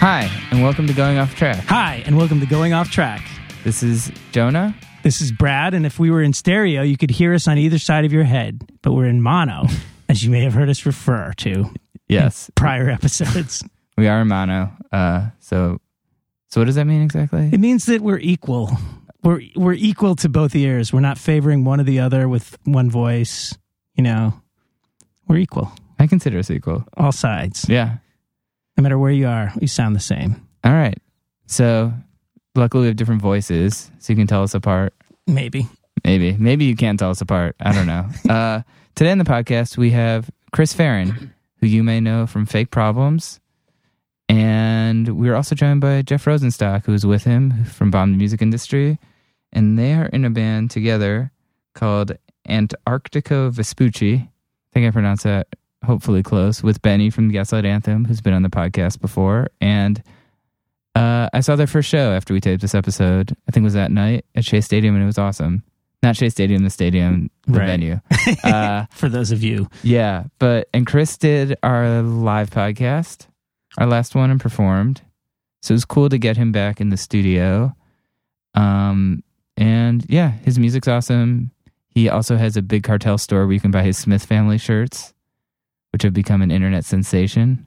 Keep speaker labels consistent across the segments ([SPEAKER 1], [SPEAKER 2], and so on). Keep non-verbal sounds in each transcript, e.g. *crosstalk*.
[SPEAKER 1] and welcome to Going Off Track.
[SPEAKER 2] Hi, and welcome to Going Off Track.
[SPEAKER 1] This is Jonah.
[SPEAKER 2] This is Brad, and if we were in stereo, you could hear us on either side of your head, but we're in
[SPEAKER 1] *laughs*
[SPEAKER 2] mono, as you may have heard us refer to
[SPEAKER 1] Yes,
[SPEAKER 2] prior episodes.
[SPEAKER 1] *laughs* we are mono. Uh, so, so what does that mean exactly?
[SPEAKER 2] It means that we're equal. We're we're equal to both ears. We're not favoring one or the other with one voice. You know, we're equal,
[SPEAKER 1] I consider us equal.
[SPEAKER 2] all sides.
[SPEAKER 1] Yeah.
[SPEAKER 2] No matter where you are, we sound the same.
[SPEAKER 1] All right. So, luckily we have different voices, so you can tell us apart.
[SPEAKER 2] Maybe.
[SPEAKER 1] Maybe, maybe you can tell us apart. I don't *laughs* know. uh, today on the podcast we have Chris Farron, who you may know from Fake Problems, and we're also joined by Jeff Rosenstock, who is with him from Bomb the Music Industry, and they are in a band together called Antarctico Vespucci. I think I pronounced that hopefully close with Benny from the Gaslight Anthem, who's been on the podcast before, and. Uh, I saw their first show after we taped this episode. I think it was that night at Shea Stadium, and it was awesome. Not Shea Stadium, the stadium, the
[SPEAKER 2] Right.
[SPEAKER 1] venue. Uh,
[SPEAKER 2] For those of you,
[SPEAKER 1] yeah, but and Chris did our live podcast, our last one, and performed. So it was cool to get him back in the studio. Um, and yeah, his music's awesome. He also has a big cartel store where you can buy his Smith family shirts, which have become an internet sensation.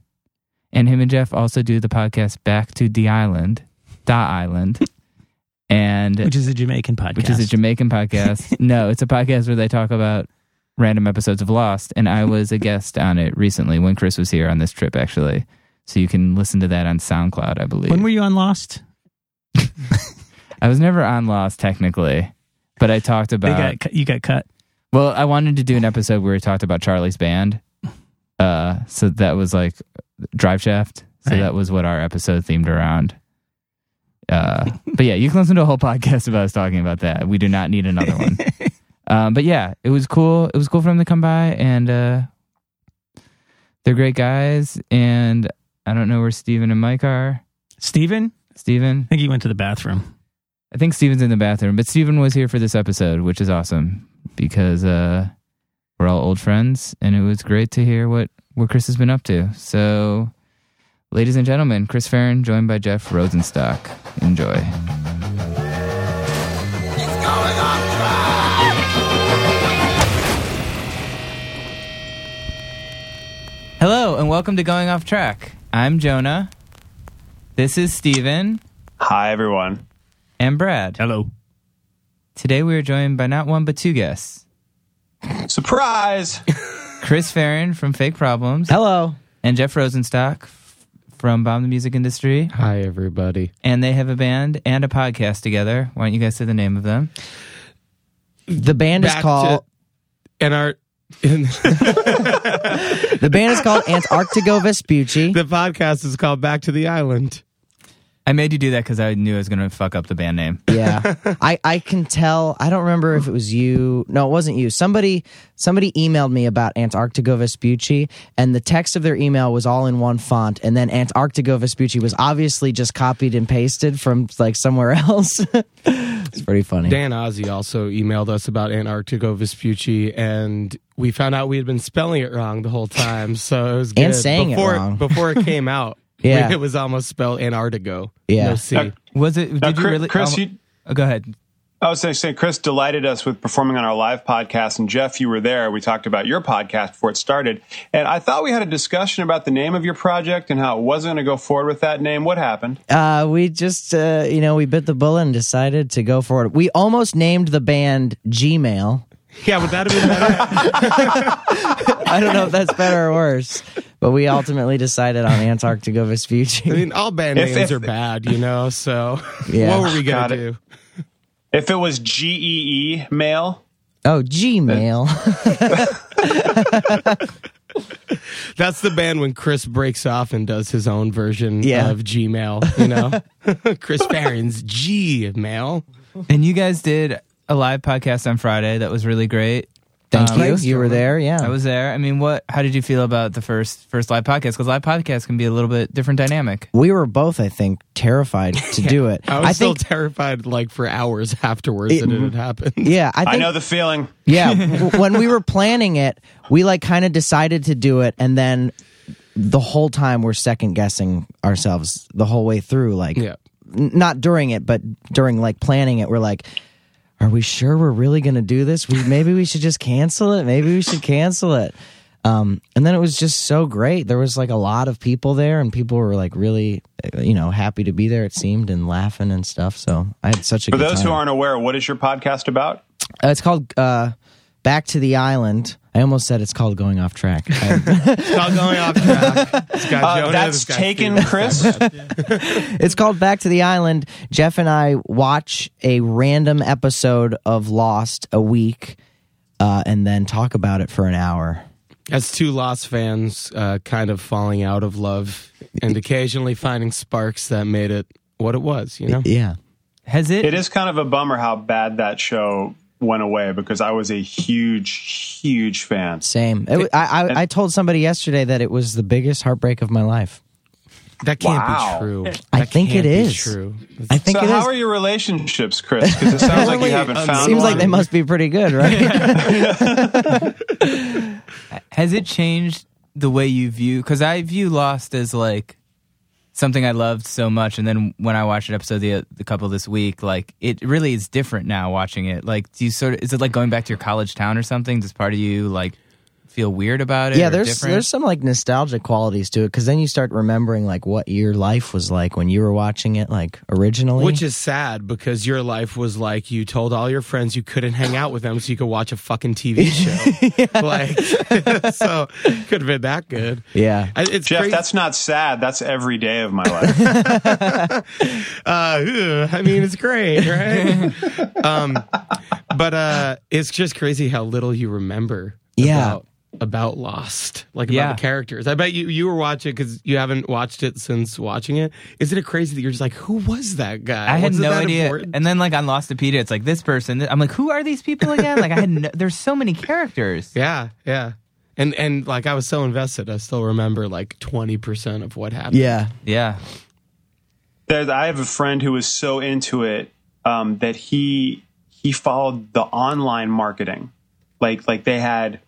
[SPEAKER 1] And him and Jeff also do the podcast Back to the Island, Da Island, *laughs* and
[SPEAKER 2] which is a Jamaican podcast,
[SPEAKER 1] which is a Jamaican
[SPEAKER 2] *laughs*
[SPEAKER 1] podcast. no, it's a podcast where they talk about random episodes of Lost, and I was a guest on it recently when Chris was here on this trip, actually. So you can listen to that on SoundCloud, I believe.
[SPEAKER 2] when were you on Lost?
[SPEAKER 1] I was never on Lost technically, but I talked
[SPEAKER 2] They
[SPEAKER 1] about.
[SPEAKER 2] got cut- you got cut.
[SPEAKER 1] well, I wanted to do an episode where we talked about Charlie's band. Uh, so that was like Drive Shaft. So
[SPEAKER 2] Right.
[SPEAKER 1] that was what our episode themed around. Uh, but yeah, you can listen to a whole *laughs* podcast about us talking about that. We do not need another one. Um, but yeah, it was cool. It was cool for them to come by, and uh, they're great guys. And I don't know where Steven and Mike are.
[SPEAKER 2] *laughs* Steven?
[SPEAKER 1] Steven,
[SPEAKER 2] I think he went to the bathroom.
[SPEAKER 1] I think Steven's in the bathroom, but Steven was here for this episode, which is awesome because uh, we're all old friends, and it was great to hear what what Chris has been up to. So, ladies and gentlemen, Chris Farron, joined by Jeff Rosenstock. Enjoy. Hello and welcome to Going Off Track. I'm Jonah. This is Steven
[SPEAKER 3] Hi, everyone.
[SPEAKER 1] and Brad.
[SPEAKER 2] Hello.
[SPEAKER 1] Today we are joined by not one but two guests.
[SPEAKER 3] Surprise!
[SPEAKER 1] Chris Farron from Fake Problems
[SPEAKER 4] Hello.
[SPEAKER 1] and Jeff Rosenstock f- from Bomb the Music Industry.
[SPEAKER 4] Hi, everybody.
[SPEAKER 1] And they have a band and a podcast together. Why don't you guys say the name of them?
[SPEAKER 4] The band is
[SPEAKER 5] Back
[SPEAKER 4] called
[SPEAKER 5] and our and
[SPEAKER 4] the band is called Antarctico Vespucci.
[SPEAKER 5] *laughs* the podcast is called Back to the Island.
[SPEAKER 1] I made you do that because I knew I was going to fuck up the band name.
[SPEAKER 4] yeah, I I can tell. I don't remember if it was you. No, it wasn't you. Somebody somebody emailed me about Antarctico Vespucci, and the text of their email was all in one font, and then Antarctico Vespucci was obviously just copied and pasted from like somewhere *laughs* else. it's pretty funny.
[SPEAKER 5] Dan Ozzie also emailed us about Antarctico Vespucci, and we found out we had been spelling it wrong the whole time. So it was
[SPEAKER 4] *laughs*
[SPEAKER 5] good.
[SPEAKER 4] And saying it
[SPEAKER 5] before
[SPEAKER 4] wrong. *laughs*
[SPEAKER 5] before it came out.
[SPEAKER 4] Yeah.
[SPEAKER 5] it was almost spelled Antarctico.
[SPEAKER 4] Yeah.
[SPEAKER 5] no C.
[SPEAKER 3] Uh,
[SPEAKER 1] Was it? Did
[SPEAKER 3] Now,
[SPEAKER 1] you
[SPEAKER 3] Chris,
[SPEAKER 1] really?
[SPEAKER 3] Chris,
[SPEAKER 1] oh,
[SPEAKER 3] you-
[SPEAKER 1] oh, go ahead.
[SPEAKER 3] I was saying, saying, Chris delighted us with performing on our live podcast, and Jeff, you were there. We talked about your podcast before it started, and I thought we had a discussion about the name of your project and how it wasn't going to go forward with that name. What happened?
[SPEAKER 4] Uh, we just, uh, you know, we bit the bullet and decided to go for it. We almost named the band Gmail.
[SPEAKER 5] Yeah, would that have been better?
[SPEAKER 4] I don't know if that's better or worse, but we ultimately decided on Antarctica
[SPEAKER 5] *laughs* I
[SPEAKER 4] Vespucci.
[SPEAKER 5] mean, all band
[SPEAKER 3] If-
[SPEAKER 5] names
[SPEAKER 3] if-
[SPEAKER 5] are bad, you know. So *laughs*
[SPEAKER 4] Yeah.
[SPEAKER 5] what were we
[SPEAKER 3] Got
[SPEAKER 5] gonna
[SPEAKER 3] it.
[SPEAKER 5] do?
[SPEAKER 3] If it was G E E mail,
[SPEAKER 4] Oh, Gmail.
[SPEAKER 5] That's the band when Chris breaks off and does his own version
[SPEAKER 4] Yeah.
[SPEAKER 5] of Gmail. You know, *laughs* Chris Barron's Gmail.
[SPEAKER 1] And you guys did a live podcast on Friday that was really great.
[SPEAKER 4] *laughs* Thank
[SPEAKER 1] Um,
[SPEAKER 4] you. You were there, yeah.
[SPEAKER 1] I was there. I mean, what? How did you feel about the first first live podcast? Because live podcasts can be a little bit different dynamic.
[SPEAKER 4] we were both, I think, terrified *laughs* to do it.
[SPEAKER 5] I Mm-hmm. was still
[SPEAKER 4] think,
[SPEAKER 5] terrified like for hours afterwards that it had happened.
[SPEAKER 4] yeah, I think,
[SPEAKER 3] I know the feeling.
[SPEAKER 4] yeah. w- when we were planning it, we like kind of decided to do it, and then the whole time we're second guessing ourselves the whole way through. Like,
[SPEAKER 5] Yeah.
[SPEAKER 4] n- not during it, but during like planning it, we're like, are we sure we're really going to do this? We, maybe we should just cancel it. Maybe we should cancel it. Um, and then it was just so great. There was like a lot of people there, and people were like really, uh, you know, happy to be there. It seemed and laughing and stuff. So I had such a
[SPEAKER 3] For
[SPEAKER 4] good
[SPEAKER 3] those
[SPEAKER 4] time.
[SPEAKER 3] who aren't aware, what is your podcast about?
[SPEAKER 4] Uh, it's called uh, Back to the Island. I almost said it's called Going Off Track. I- *laughs*
[SPEAKER 5] It's not going off track. It's got
[SPEAKER 3] Uh,
[SPEAKER 5] Jonah,
[SPEAKER 3] that's
[SPEAKER 5] this guy
[SPEAKER 3] taken,
[SPEAKER 5] Steven.
[SPEAKER 3] Chris.
[SPEAKER 4] it's called Back to the Island. Jeff and I watch a random episode of Lost a week uh, and then talk about it for an hour.
[SPEAKER 5] As two Lost fans uh, kind of falling out of love
[SPEAKER 4] *laughs*
[SPEAKER 5] and occasionally finding sparks that made it what it was, you know?
[SPEAKER 4] Yeah.
[SPEAKER 1] Has it?
[SPEAKER 3] it is kind of a bummer how bad that show went away because I was a huge, huge fan.
[SPEAKER 4] Same. It, wa- I, I, I told somebody yesterday that it was the biggest heartbreak of my life.
[SPEAKER 5] That can't
[SPEAKER 3] Wow.
[SPEAKER 5] be true. That
[SPEAKER 4] I think
[SPEAKER 5] can't
[SPEAKER 4] it
[SPEAKER 5] be
[SPEAKER 4] is.
[SPEAKER 5] True.
[SPEAKER 4] I think
[SPEAKER 3] So,
[SPEAKER 4] it
[SPEAKER 3] how
[SPEAKER 4] is.
[SPEAKER 3] are your relationships, Chris? Because it sounds *laughs* like you haven't found
[SPEAKER 4] Seems
[SPEAKER 3] one.
[SPEAKER 4] like they must be pretty
[SPEAKER 3] *laughs*
[SPEAKER 4] good, right?
[SPEAKER 1] Has it changed the way you view? Because I view Lost as like something I loved so much, and then when I watched an episode the the couple this week, like it really is different now watching it. Like, do you sort of is it like going back to your college town or something? Does part of you like feel weird about it?
[SPEAKER 4] yeah,
[SPEAKER 1] or
[SPEAKER 4] there's
[SPEAKER 1] different?
[SPEAKER 4] there's some like nostalgia qualities to it because then you start remembering like what your life was like when you were watching it like originally.
[SPEAKER 5] Which is sad because your life was like you told all your friends you couldn't hang out with them so you could watch a
[SPEAKER 4] *laughs*
[SPEAKER 5] fucking TV show. Like, *laughs* so could have been that good.
[SPEAKER 4] yeah.
[SPEAKER 5] I- It's
[SPEAKER 3] Jeff,
[SPEAKER 5] crazy.
[SPEAKER 3] that's not sad. That's every day of my life.
[SPEAKER 5] uh, ugh, I mean,
[SPEAKER 1] *laughs*
[SPEAKER 5] it's great, right? um, but uh, it's just crazy how little you remember.
[SPEAKER 4] Yeah.
[SPEAKER 5] About, about Lost, like
[SPEAKER 1] Yeah.
[SPEAKER 5] about the characters. I bet you you were watching because you haven't watched it since watching it. Isn't it crazy that you're just like, who was that guy?
[SPEAKER 1] I had
[SPEAKER 5] Wasn't
[SPEAKER 1] no
[SPEAKER 5] that
[SPEAKER 1] idea.
[SPEAKER 5] important?
[SPEAKER 1] And then like on Lostopedia, it's like this person. th- I'm like, who are these people again? like I had no, there's so many characters.
[SPEAKER 5] yeah, yeah. And and like I was so invested, I still remember like twenty percent of what happened.
[SPEAKER 4] Yeah.
[SPEAKER 1] Yeah.
[SPEAKER 3] There's, I have a friend who was so into it um, that he he followed the online marketing. Like like they had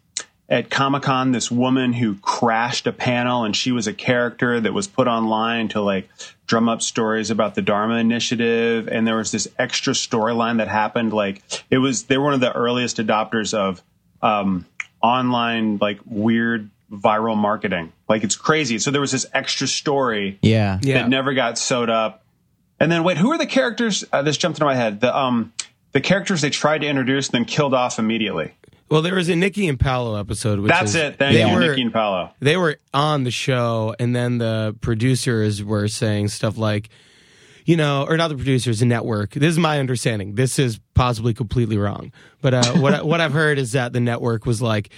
[SPEAKER 3] at Comic Con this woman who crashed a panel, and she was a character that was put online to like drum up stories about the Dharma Initiative. And there was this extra storyline that happened. Like it was they were one of the earliest adopters of um, online like weird viral marketing. Like it's crazy. So there was this extra story
[SPEAKER 4] Yeah.
[SPEAKER 5] yeah.
[SPEAKER 3] that never got sewed up. And then wait, who are the characters? Uh, this jumped into my head. The um, the characters they tried to introduce and then killed off immediately.
[SPEAKER 5] Well, there was a Nikki and Paolo episode. Which
[SPEAKER 3] That's
[SPEAKER 5] is-
[SPEAKER 3] it. Thank
[SPEAKER 5] they
[SPEAKER 3] you,
[SPEAKER 5] were-
[SPEAKER 3] Nikki and Paolo.
[SPEAKER 5] they were on the show and then the producers were saying stuff like you know or not the producers the network this is my understanding this is possibly completely wrong but uh, what, I, what i've heard is that the network was like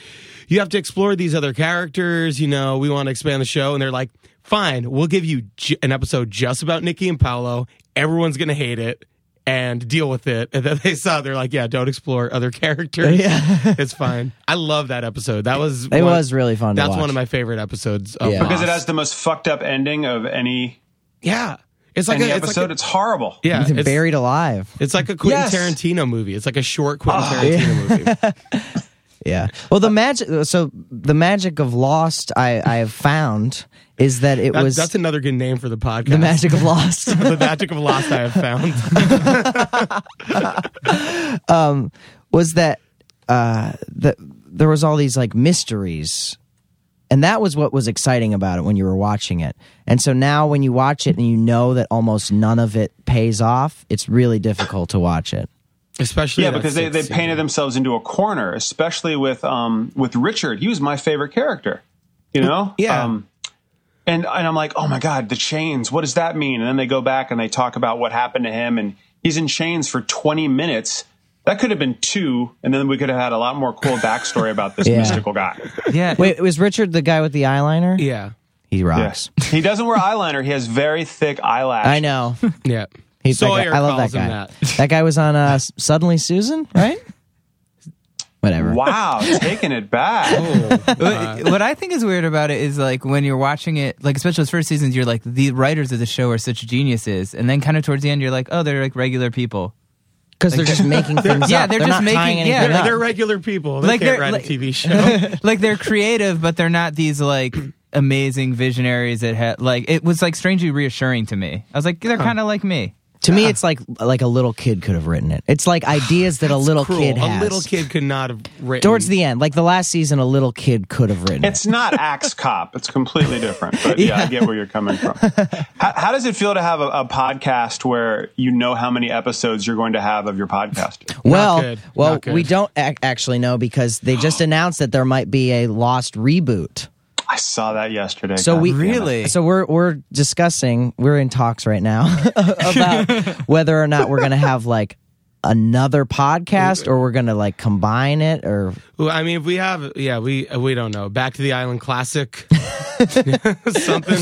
[SPEAKER 5] you have to explore these other characters you know we want to expand the show and they're like fine we'll give you j- an episode just about nikki and paolo everyone's gonna hate it and deal with it and then they saw they're like yeah don't explore other
[SPEAKER 4] *laughs*
[SPEAKER 5] characters
[SPEAKER 4] Yeah.
[SPEAKER 5] it's fine i love that episode that was
[SPEAKER 4] It
[SPEAKER 5] one-
[SPEAKER 4] was really fun. to
[SPEAKER 5] that's one
[SPEAKER 4] watch.
[SPEAKER 5] of my favorite episodes. Of
[SPEAKER 4] Yeah.
[SPEAKER 5] Lost.
[SPEAKER 3] Because it has the most fucked up ending of any
[SPEAKER 5] yeah, it's like
[SPEAKER 3] any
[SPEAKER 5] a,
[SPEAKER 3] episode.
[SPEAKER 5] It's
[SPEAKER 3] it's horrible.
[SPEAKER 5] like a, yeah,
[SPEAKER 4] He's
[SPEAKER 5] it's,
[SPEAKER 4] buried alive.
[SPEAKER 5] it's like a Quentin
[SPEAKER 3] Yes. Ah.
[SPEAKER 5] Tarantino movie. It's like a short Quentin Tarantino
[SPEAKER 4] *laughs*
[SPEAKER 5] movie.
[SPEAKER 4] Yeah. Well, the magic. So the magic of Lost, I I have found is that it
[SPEAKER 5] That-
[SPEAKER 4] was
[SPEAKER 5] that's another good name for the podcast.
[SPEAKER 4] the magic of Lost.
[SPEAKER 5] *laughs* the magic of Lost. I have found. *laughs*
[SPEAKER 4] was that uh, the, there was all these like mysteries and that was what was exciting about it when you were watching it and so now when you watch it and you know that almost none of it pays off it's really difficult to watch it
[SPEAKER 5] Especially
[SPEAKER 3] Yeah,
[SPEAKER 5] that
[SPEAKER 3] because they, they
[SPEAKER 5] sixth
[SPEAKER 3] painted
[SPEAKER 5] season.
[SPEAKER 3] themselves into a corner, especially with um with Richard. He was my favorite character. You know?
[SPEAKER 5] Yeah.
[SPEAKER 3] Um, and and I'm like, oh my god, the chains. What does that mean? And then they go back and they talk about what happened to him, and he's in chains for 20 minutes. That could have been two, and then we could have had a lot more cool backstory about this
[SPEAKER 4] Yeah.
[SPEAKER 3] mystical guy.
[SPEAKER 1] Yeah.
[SPEAKER 4] wait was richard the guy with the eyeliner
[SPEAKER 5] Yeah,
[SPEAKER 4] he rocks
[SPEAKER 3] Yeah. he doesn't wear eyeliner. He has very thick eyelash.
[SPEAKER 4] i know
[SPEAKER 5] yeah.
[SPEAKER 4] he's that guy-
[SPEAKER 5] Sawyer
[SPEAKER 4] i love
[SPEAKER 5] calls
[SPEAKER 4] that guy
[SPEAKER 5] him
[SPEAKER 4] *laughs* that. guy was on uh, S- suddenly susan right whatever
[SPEAKER 3] Wow, taking it back.
[SPEAKER 5] that. Oh,
[SPEAKER 1] what, what I think is weird about it is like when you're watching it, like especially those first seasons, you're like the writers of the show are such geniuses, and then kind of towards the end, you're like, oh, they're like regular people.
[SPEAKER 4] because they're just making things
[SPEAKER 1] Yeah,
[SPEAKER 4] up.
[SPEAKER 1] they're just
[SPEAKER 4] not tying
[SPEAKER 1] making- yeah,
[SPEAKER 4] anything
[SPEAKER 5] they're,
[SPEAKER 4] up.
[SPEAKER 5] they're regular people. They
[SPEAKER 1] Like,
[SPEAKER 4] *laughs*
[SPEAKER 5] can't
[SPEAKER 1] they're-
[SPEAKER 5] write
[SPEAKER 1] like-
[SPEAKER 5] a TV show.
[SPEAKER 1] like they're creative, but they're not these like amazing visionaries that had like it was like strangely reassuring to me. I was like, they're kind of like me.
[SPEAKER 4] To me, it's like like a little kid could have written it. It's like ideas that a little
[SPEAKER 5] Cruel.
[SPEAKER 4] kid
[SPEAKER 5] a
[SPEAKER 4] has.
[SPEAKER 5] little kid could not have written.
[SPEAKER 4] Towards the end, like the last season, a little kid could have written
[SPEAKER 3] It's not Axe Cop. It's completely different. But yeah, I get where you're coming from. How, how does it feel to have a, a podcast where you know how many episodes you're going to have of your podcast?
[SPEAKER 4] it. Well,
[SPEAKER 5] good.
[SPEAKER 4] well,
[SPEAKER 5] Not good.
[SPEAKER 4] we don't ac- actually know because they
[SPEAKER 5] *gasps*
[SPEAKER 4] just announced that there might be a lost reboot.
[SPEAKER 3] I saw that yesterday.
[SPEAKER 4] So
[SPEAKER 3] God
[SPEAKER 4] we
[SPEAKER 3] damn it.
[SPEAKER 4] So we're we're discussing. We're in talks right now *laughs*
[SPEAKER 3] *laughs*
[SPEAKER 4] about whether or not we're gonna have like another podcast or we're gonna like combine it or
[SPEAKER 5] Well, I mean, if we have, yeah, we we don't know. Back to the Island Classic, something.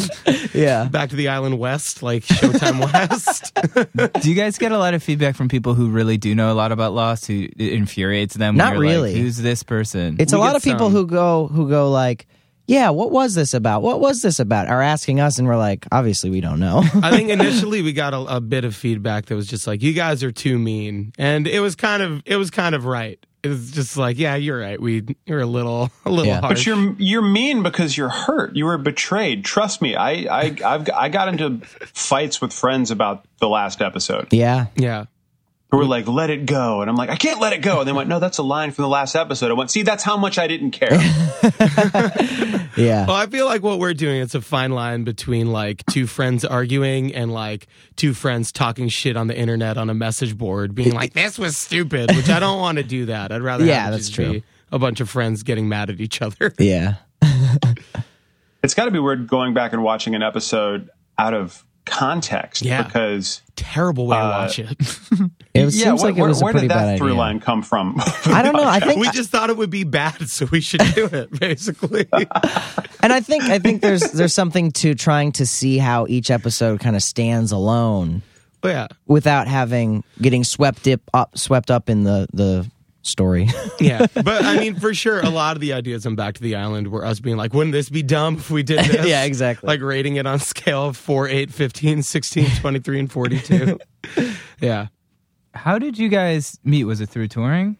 [SPEAKER 4] yeah.
[SPEAKER 5] Back to the Island West,
[SPEAKER 4] *laughs*
[SPEAKER 5] like Showtime West.
[SPEAKER 1] Do you guys get a lot of feedback from people who really do know a lot about Lost who it infuriates them? when
[SPEAKER 4] Not
[SPEAKER 1] you're like,
[SPEAKER 4] really.
[SPEAKER 1] Who's this person?
[SPEAKER 4] It's a
[SPEAKER 5] We
[SPEAKER 4] lot
[SPEAKER 5] get
[SPEAKER 4] of people
[SPEAKER 5] some.
[SPEAKER 4] who go who go like, yeah, what was this about? What was this about? Are asking us, and we're like, obviously we don't know. *laughs*
[SPEAKER 5] I think initially we got a, a bit of feedback that was just like, "You guys are too mean," and it was kind of it was kind of right. It was just like, "Yeah, you're right. We you're a little *laughs* a little
[SPEAKER 4] Yeah.
[SPEAKER 3] But
[SPEAKER 5] harsh."
[SPEAKER 3] you're you're mean because you're hurt. You were betrayed. Trust me. I I I've, I got into fights with friends about the last episode.
[SPEAKER 4] yeah,
[SPEAKER 5] yeah.
[SPEAKER 3] Who were like, "Let it go," and I'm like, "I can't let it go." And they went, "No, that's a line from the last episode." I went, "See, that's how much I didn't care."
[SPEAKER 4] yeah.
[SPEAKER 5] Well, I feel like what we're doing it's a fine line between like two friends arguing and like two friends talking shit on the internet on a message board,
[SPEAKER 4] *laughs*
[SPEAKER 5] being like, "This was stupid," which I don't want to do that. I'd rather
[SPEAKER 4] Yeah,
[SPEAKER 5] have it
[SPEAKER 4] that's
[SPEAKER 5] just
[SPEAKER 4] true.
[SPEAKER 5] Be a bunch of friends getting mad at
[SPEAKER 4] *laughs*
[SPEAKER 5] each other.
[SPEAKER 4] yeah.
[SPEAKER 3] it's got to be weird going back and watching an episode out of context
[SPEAKER 5] Yeah.
[SPEAKER 3] because
[SPEAKER 5] Terrible way
[SPEAKER 4] Uh,
[SPEAKER 5] to watch it.
[SPEAKER 4] It was-
[SPEAKER 3] yeah,
[SPEAKER 4] seems
[SPEAKER 3] wh-
[SPEAKER 4] like it
[SPEAKER 3] where,
[SPEAKER 4] was a
[SPEAKER 3] where
[SPEAKER 4] pretty
[SPEAKER 3] did that
[SPEAKER 4] bad
[SPEAKER 3] through
[SPEAKER 4] idea.
[SPEAKER 3] line come from? *laughs*
[SPEAKER 4] I don't know. I think,
[SPEAKER 5] *laughs* we just thought it would be bad, *laughs* so we should do it.
[SPEAKER 4] *laughs*
[SPEAKER 5] Basically,
[SPEAKER 4] and I think, I think there's there's something to trying to see how each episode kind of stands alone
[SPEAKER 5] but yeah,
[SPEAKER 4] without having getting swept up, up swept up in the the story. *laughs*
[SPEAKER 5] yeah. *laughs* But I mean, for sure, a lot of the ideas on Back to the Island were us being like, "Wouldn't this be dumb if
[SPEAKER 4] *laughs*
[SPEAKER 5] we did this?"
[SPEAKER 4] Yeah, exactly.
[SPEAKER 5] Like rating it on scale of 4, 8, 15, 16,
[SPEAKER 4] *laughs*
[SPEAKER 5] 23, and forty-two. yeah.
[SPEAKER 1] How did you guys meet? Was it through touring?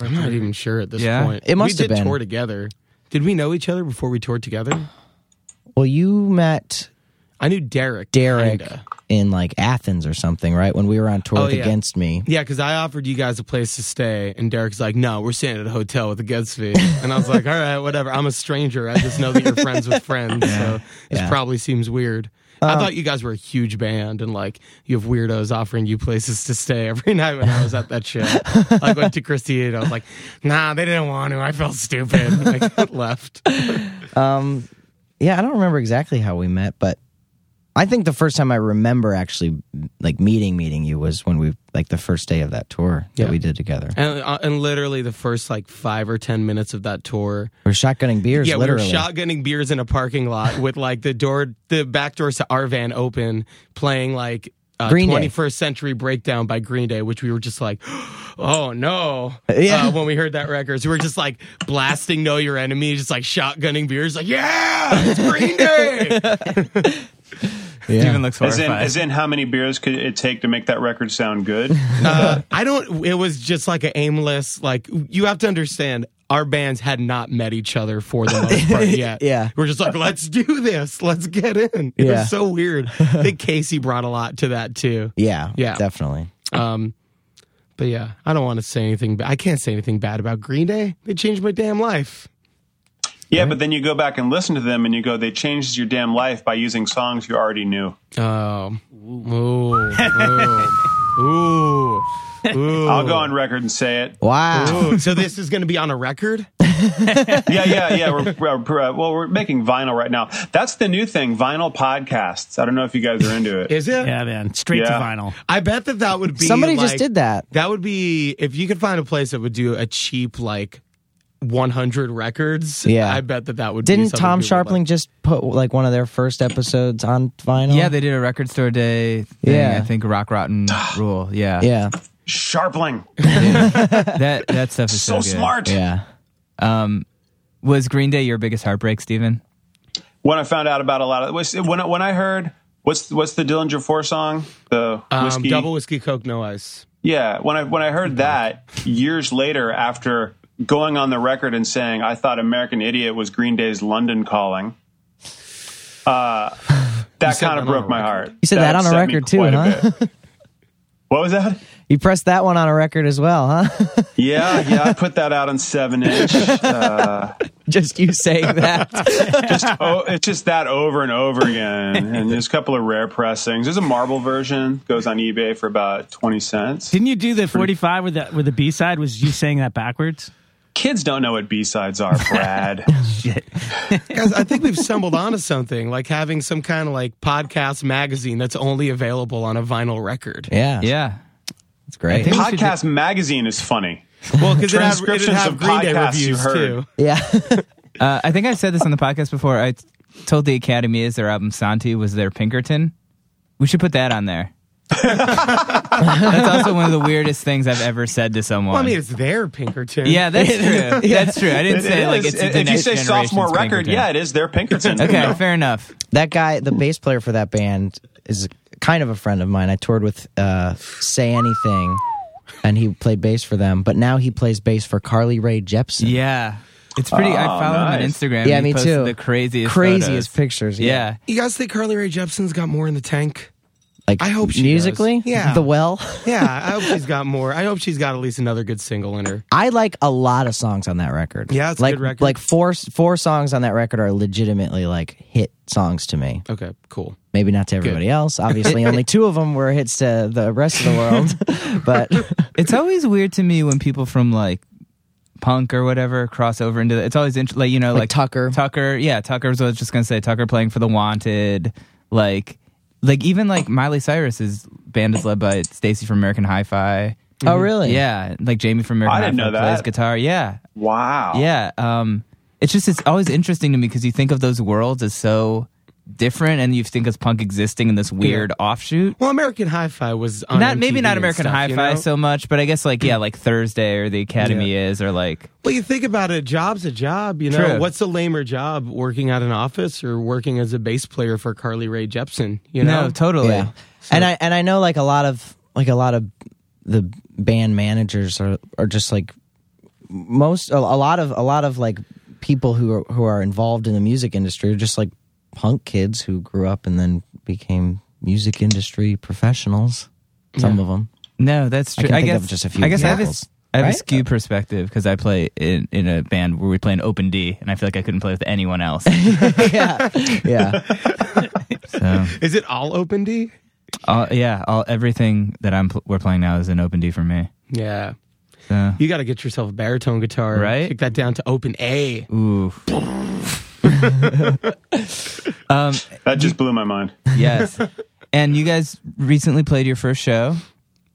[SPEAKER 5] I'm not even sure at this
[SPEAKER 1] Yeah.
[SPEAKER 5] point.
[SPEAKER 4] It must
[SPEAKER 5] we
[SPEAKER 4] have
[SPEAKER 5] did
[SPEAKER 4] been.
[SPEAKER 5] tour together. Did we know each other before we toured together?
[SPEAKER 4] well, you met
[SPEAKER 5] I knew Derek.
[SPEAKER 4] Derek
[SPEAKER 5] kinda.
[SPEAKER 4] in like Athens or something, right? When we were on tour
[SPEAKER 5] Oh,
[SPEAKER 4] with
[SPEAKER 5] yeah.
[SPEAKER 4] Against Me.
[SPEAKER 5] Yeah, because I offered you guys a place to stay, and Derek's like, "No, we're staying at a hotel with a guest fee." and I was like, "All right, whatever. I'm a stranger. I just know that you're friends with friends, so this
[SPEAKER 4] Yeah. Uh,
[SPEAKER 5] probably seems weird." I thought you guys were a huge band, and like you have weirdos offering you places to stay every *laughs* night. When I was at that show, I went to Christie, and I was like, "Nah, they didn't want to. I felt stupid. I left."
[SPEAKER 4] Yeah, I don't remember exactly how we met, but I think the first time I remember actually like meeting meeting you was when we like the first day of that tour that
[SPEAKER 5] Yeah.
[SPEAKER 4] we did together.
[SPEAKER 5] And, uh, and literally the first like five or ten minutes of that tour,
[SPEAKER 4] We were shotgunning beers,
[SPEAKER 5] yeah,
[SPEAKER 4] literally.
[SPEAKER 5] we were shotgunning beers in a parking lot with like the door, the back doors to our van open, playing like uh,
[SPEAKER 4] Green Day.
[SPEAKER 5] 21st Century Breakdown by Green Day, which we were just like, *gasps* oh no,
[SPEAKER 4] Yeah.
[SPEAKER 5] uh, when we heard that record, so we were just like blasting Know Your Enemy, just like shotgunning beers, like yeah, it's
[SPEAKER 4] *laughs*
[SPEAKER 5] Green Day.
[SPEAKER 1] Even looks
[SPEAKER 3] as in,
[SPEAKER 1] horrified.
[SPEAKER 3] as in, how many beers could it take to make that record sound
[SPEAKER 4] *laughs*
[SPEAKER 3] good?
[SPEAKER 5] uh, I don't. It was just like an aimless. Like you have to understand, our bands had not met each other for the most part
[SPEAKER 4] *laughs*
[SPEAKER 5] yet.
[SPEAKER 4] Yeah.
[SPEAKER 5] we're just like, let's do this. Let's get in. It
[SPEAKER 4] Yeah.
[SPEAKER 5] was so
[SPEAKER 4] *laughs*
[SPEAKER 5] weird. I think Casey brought a lot to that too.
[SPEAKER 4] yeah,
[SPEAKER 5] Yeah.
[SPEAKER 4] definitely.
[SPEAKER 5] Um, but yeah, I don't want to say anything. Ba- I can't say anything bad about Green Day. They changed my damn life.
[SPEAKER 3] yeah, but then you go back and listen to them, and you go, "They changed your damn life by using songs you already knew."
[SPEAKER 5] Oh, ooh, ooh, *laughs* ooh. ooh.
[SPEAKER 3] I'll go on record and say it.
[SPEAKER 4] Wow.
[SPEAKER 5] Ooh, so this is going to be on a record.
[SPEAKER 3] yeah, yeah, yeah.
[SPEAKER 4] *laughs*
[SPEAKER 3] We're, we're- uh, well, we're making vinyl right now. That's the new thing, vinyl podcasts. I don't know if you guys are into it.
[SPEAKER 5] Is it?
[SPEAKER 2] Yeah, man. Straight to
[SPEAKER 3] Yeah.
[SPEAKER 2] vinyl.
[SPEAKER 5] I bet that that would be
[SPEAKER 4] Somebody
[SPEAKER 5] like-
[SPEAKER 4] just did that.
[SPEAKER 5] That would be if you could find a place that would do a cheap like 100 records.
[SPEAKER 4] Yeah.
[SPEAKER 5] I bet that that would. be
[SPEAKER 4] Didn't
[SPEAKER 5] something
[SPEAKER 4] Tom
[SPEAKER 5] people would
[SPEAKER 4] Sharpling just put like one of their first episodes on vinyl?
[SPEAKER 1] yeah, they did a record store day. Thing,
[SPEAKER 4] Oh. Yeah.
[SPEAKER 1] I think Rock
[SPEAKER 3] *sighs*
[SPEAKER 1] Rotten Rule. Yeah,
[SPEAKER 4] yeah,
[SPEAKER 3] Sharpling,
[SPEAKER 1] that
[SPEAKER 3] *laughs*
[SPEAKER 1] that stuff is
[SPEAKER 3] so
[SPEAKER 1] good.
[SPEAKER 3] smart.
[SPEAKER 4] yeah.
[SPEAKER 1] Was Green Day your biggest heartbreak, Steven?
[SPEAKER 3] When I found out about a lot of was, when I- when I heard what's what's the Dillinger Four song, the
[SPEAKER 5] like. Um,
[SPEAKER 3] whiskey
[SPEAKER 5] double whiskey coke, no ice.
[SPEAKER 3] Yeah, when I when I heard that years later, after going on the record and saying I thought American Idiot was Green Day's London Calling,
[SPEAKER 4] *sighs*
[SPEAKER 3] Uh, that kind
[SPEAKER 5] said that on
[SPEAKER 3] of broke
[SPEAKER 5] a
[SPEAKER 3] my
[SPEAKER 5] record.
[SPEAKER 3] heart.
[SPEAKER 4] You said that on a
[SPEAKER 3] upset me
[SPEAKER 4] record too,
[SPEAKER 3] quite a
[SPEAKER 4] huh? *laughs*
[SPEAKER 3] bit. what was that?
[SPEAKER 4] You pressed that one on a record as well, huh? *laughs*
[SPEAKER 3] Yeah, yeah, I put that out on seven inch. Uh,
[SPEAKER 4] Just you saying that.
[SPEAKER 3] oh, it's just that over and
[SPEAKER 1] *laughs*
[SPEAKER 3] over again. And there's a couple of rare pressings. There's a marble version goes on eBay for about twenty cents.
[SPEAKER 2] Didn't you do the 45 with the with the B side? Was you saying that backwards?
[SPEAKER 3] Kids don't know what B
[SPEAKER 1] *laughs*
[SPEAKER 3] sides are, Brad.
[SPEAKER 2] Shit.
[SPEAKER 5] Guys, I think we've stumbled onto something like having some kind of like podcast magazine that's only available on a vinyl record.
[SPEAKER 4] yeah,
[SPEAKER 1] *laughs* Yeah.
[SPEAKER 4] it's great.
[SPEAKER 1] I think- we should
[SPEAKER 3] Podcast magazine is funny.
[SPEAKER 5] Well, because it had, it'd
[SPEAKER 3] Transcriptions
[SPEAKER 5] have
[SPEAKER 3] of
[SPEAKER 5] Green Day
[SPEAKER 3] podcasts you
[SPEAKER 5] reviews
[SPEAKER 3] heard.
[SPEAKER 5] too.
[SPEAKER 4] yeah, *laughs*
[SPEAKER 1] Uh, I think I said this on the podcast before. I t- told the Academy is their album Santi was their Pinkerton. We should put that on
[SPEAKER 4] *laughs*
[SPEAKER 1] there. That's also one of the weirdest things I've ever said to someone.
[SPEAKER 5] Well, I mean, it's there, Pinkerton.
[SPEAKER 1] yeah,
[SPEAKER 4] *laughs*
[SPEAKER 1] that's true. That's true. I didn't
[SPEAKER 3] It
[SPEAKER 1] say like
[SPEAKER 3] is.
[SPEAKER 1] it's the
[SPEAKER 3] if you
[SPEAKER 1] next
[SPEAKER 3] say sophomore
[SPEAKER 1] generation's
[SPEAKER 3] record,
[SPEAKER 1] Pinkerton.
[SPEAKER 3] yeah, it is their Pinkerton.
[SPEAKER 1] Okay, fair enough.
[SPEAKER 4] that guy, the bass player for that band, is kind of a friend of mine. I toured with uh, Say Anything, and he played bass for them. But now he plays bass for Carly Rae Jepsen.
[SPEAKER 1] Yeah, it's pretty. I follow him on
[SPEAKER 3] Oh, nice.
[SPEAKER 1] Instagram.
[SPEAKER 4] Yeah,
[SPEAKER 1] He
[SPEAKER 4] me
[SPEAKER 1] posts
[SPEAKER 4] too.
[SPEAKER 1] The craziest, photos.
[SPEAKER 4] Craziest pictures. Yeah.
[SPEAKER 1] Yeah,
[SPEAKER 5] You guys think Carly Rae Jepsen's got more in the tank?
[SPEAKER 4] like
[SPEAKER 5] I hope she
[SPEAKER 4] musically.
[SPEAKER 5] does. Yeah.
[SPEAKER 4] the well. *laughs*
[SPEAKER 5] Yeah, I hope she's got more. I hope she's got at least another good single in her.
[SPEAKER 4] I like a lot of songs on that record.
[SPEAKER 5] Yeah, it's a
[SPEAKER 4] like
[SPEAKER 5] good record.
[SPEAKER 4] like four four songs on that record are legitimately like hit songs to me.
[SPEAKER 5] Okay, cool.
[SPEAKER 4] Maybe not to everybody else. Obviously, only two of them were hits to the rest of the world. but
[SPEAKER 1] it's always weird to me when people from like punk or whatever cross over into. The, it's always int- like you know
[SPEAKER 4] Like
[SPEAKER 1] like,
[SPEAKER 4] Tucker.
[SPEAKER 1] Tucker. Yeah, Tucker was what I was just gonna say. Tucker playing for the Wanted. Like, like even like Miley Cyrus's band is led by Stacy from American Hi-Fi.
[SPEAKER 4] oh, really?
[SPEAKER 1] Yeah, like Jamie from American
[SPEAKER 3] Mm-hmm. I didn't
[SPEAKER 1] Hi-Fi
[SPEAKER 3] know
[SPEAKER 1] plays
[SPEAKER 3] that. Oh.
[SPEAKER 1] guitar. Yeah,
[SPEAKER 3] Wow.
[SPEAKER 1] Yeah. Um, it's just, it's always interesting to me because you think of those worlds as so different and you think of punk existing in this weird offshoot.
[SPEAKER 5] Well, American Hi-Fi was on
[SPEAKER 1] Not maybe
[SPEAKER 5] MTV
[SPEAKER 1] not
[SPEAKER 5] and
[SPEAKER 1] American
[SPEAKER 5] stuff,
[SPEAKER 1] Hi
[SPEAKER 5] you
[SPEAKER 1] Fi
[SPEAKER 5] know?
[SPEAKER 1] so much, but I guess like yeah, like Thursday or the Academy is or like
[SPEAKER 5] Well, you think about it, a job's a job, you know.
[SPEAKER 1] True.
[SPEAKER 5] What's a lamer job, working at an office or working as a bass player for Carly Rae Jepsen, you know?
[SPEAKER 1] no, totally.
[SPEAKER 4] Yeah. And I and I know like a lot of like a lot of the band managers are are just like most a, a lot of a lot of like people who are who are involved in the music industry are just like punk kids who grew up and then became music industry professionals. Some of them.
[SPEAKER 1] No, that's
[SPEAKER 4] I
[SPEAKER 1] true.
[SPEAKER 4] can think
[SPEAKER 1] guess
[SPEAKER 4] of just a few
[SPEAKER 1] I guess I have a,
[SPEAKER 4] examples,
[SPEAKER 1] I have a
[SPEAKER 4] right?
[SPEAKER 1] skewed perspective because I play in, in a band where we play an open D, and I feel like I couldn't play with anyone
[SPEAKER 4] *laughs*
[SPEAKER 1] else.
[SPEAKER 4] yeah. Yeah.
[SPEAKER 1] So
[SPEAKER 5] Is it all open D?
[SPEAKER 1] all, yeah, all everything that I'm pl- we're playing now is an open D for me.
[SPEAKER 5] Yeah.
[SPEAKER 1] So
[SPEAKER 5] You got to get yourself a baritone guitar.
[SPEAKER 1] Right?
[SPEAKER 5] Kick that down to open A.
[SPEAKER 1] ooh,
[SPEAKER 3] That just blew my mind.
[SPEAKER 4] *laughs*
[SPEAKER 1] yes. And you guys recently played your first show.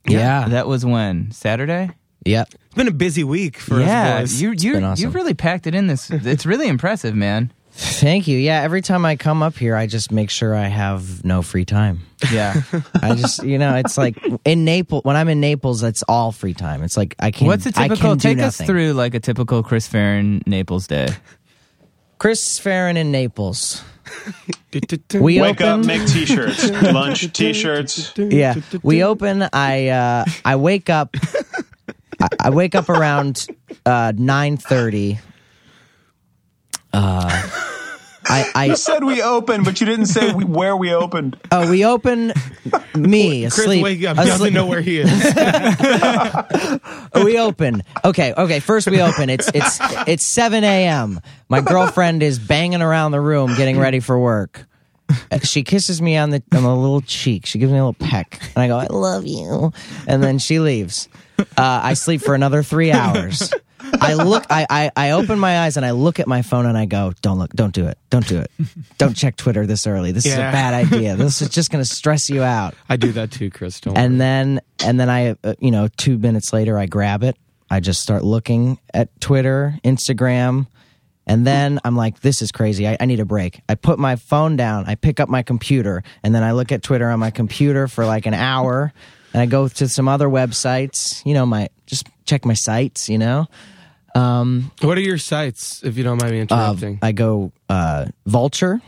[SPEAKER 4] Yeah.
[SPEAKER 1] That was when Saturday.
[SPEAKER 4] Yep.
[SPEAKER 5] It's been a busy week for
[SPEAKER 1] yeah,
[SPEAKER 5] us boys.
[SPEAKER 1] you you
[SPEAKER 4] been
[SPEAKER 1] you
[SPEAKER 4] awesome.
[SPEAKER 1] really packed it in. This it's really impressive, man.
[SPEAKER 4] Thank you. Yeah, every time I come up here, I just make sure I have no free time. *laughs*
[SPEAKER 1] Yeah.
[SPEAKER 4] I just, you know, it's like in Naples. When I'm in Naples, it's all free time. It's like I can.
[SPEAKER 1] What's a
[SPEAKER 4] I can
[SPEAKER 1] typical?
[SPEAKER 4] do
[SPEAKER 1] Take us
[SPEAKER 4] nothing.
[SPEAKER 1] through like a typical Chris Farron Naples day.
[SPEAKER 4] Chris Farron in Naples.
[SPEAKER 5] Du-du-du.
[SPEAKER 4] We
[SPEAKER 3] Wake
[SPEAKER 4] open.
[SPEAKER 3] up,
[SPEAKER 1] *laughs*
[SPEAKER 3] make t-shirts, lunch t-shirts.
[SPEAKER 4] yeah,
[SPEAKER 5] Du-du-du.
[SPEAKER 4] we open. I uh, I wake up. I, I wake up around uh, nine thirty. Uh, I, I
[SPEAKER 3] You said we opened, but you didn't say we, where we opened.
[SPEAKER 4] oh we open me
[SPEAKER 5] Chris,
[SPEAKER 4] asleep
[SPEAKER 5] wake up. He
[SPEAKER 4] asleep,
[SPEAKER 5] doesn't know where he
[SPEAKER 4] *laughs*
[SPEAKER 5] is.
[SPEAKER 4] we open. Okay, okay. First we open. It's it's it's seven a.m. My girlfriend is banging around the room getting ready for work. Uh, She kisses me on the on the little cheek. She gives me a little peck, and I go, "I love you." And then she leaves. Uh, I sleep for another three hours. I look. I, I I open my eyes and I look at my phone and I go, "Don't look. Don't do it. Don't do it. Don't check Twitter this early. This is a
[SPEAKER 5] Yeah.
[SPEAKER 4] bad idea. This is just going to stress you out."
[SPEAKER 5] I do that too, Chris. Don't worry.
[SPEAKER 4] and then and then I uh, you know 2 minutes later I grab it. I just start looking at Twitter, Instagram, and then I'm like this is crazy. I, I need a break. I put my phone down. I pick up my computer and then I look at Twitter on my computer for like an hour and I go to some other websites, you know, my just check my sites, you know.
[SPEAKER 5] What are your sites, if you don't mind me interrupting?
[SPEAKER 4] I go uh Vulture,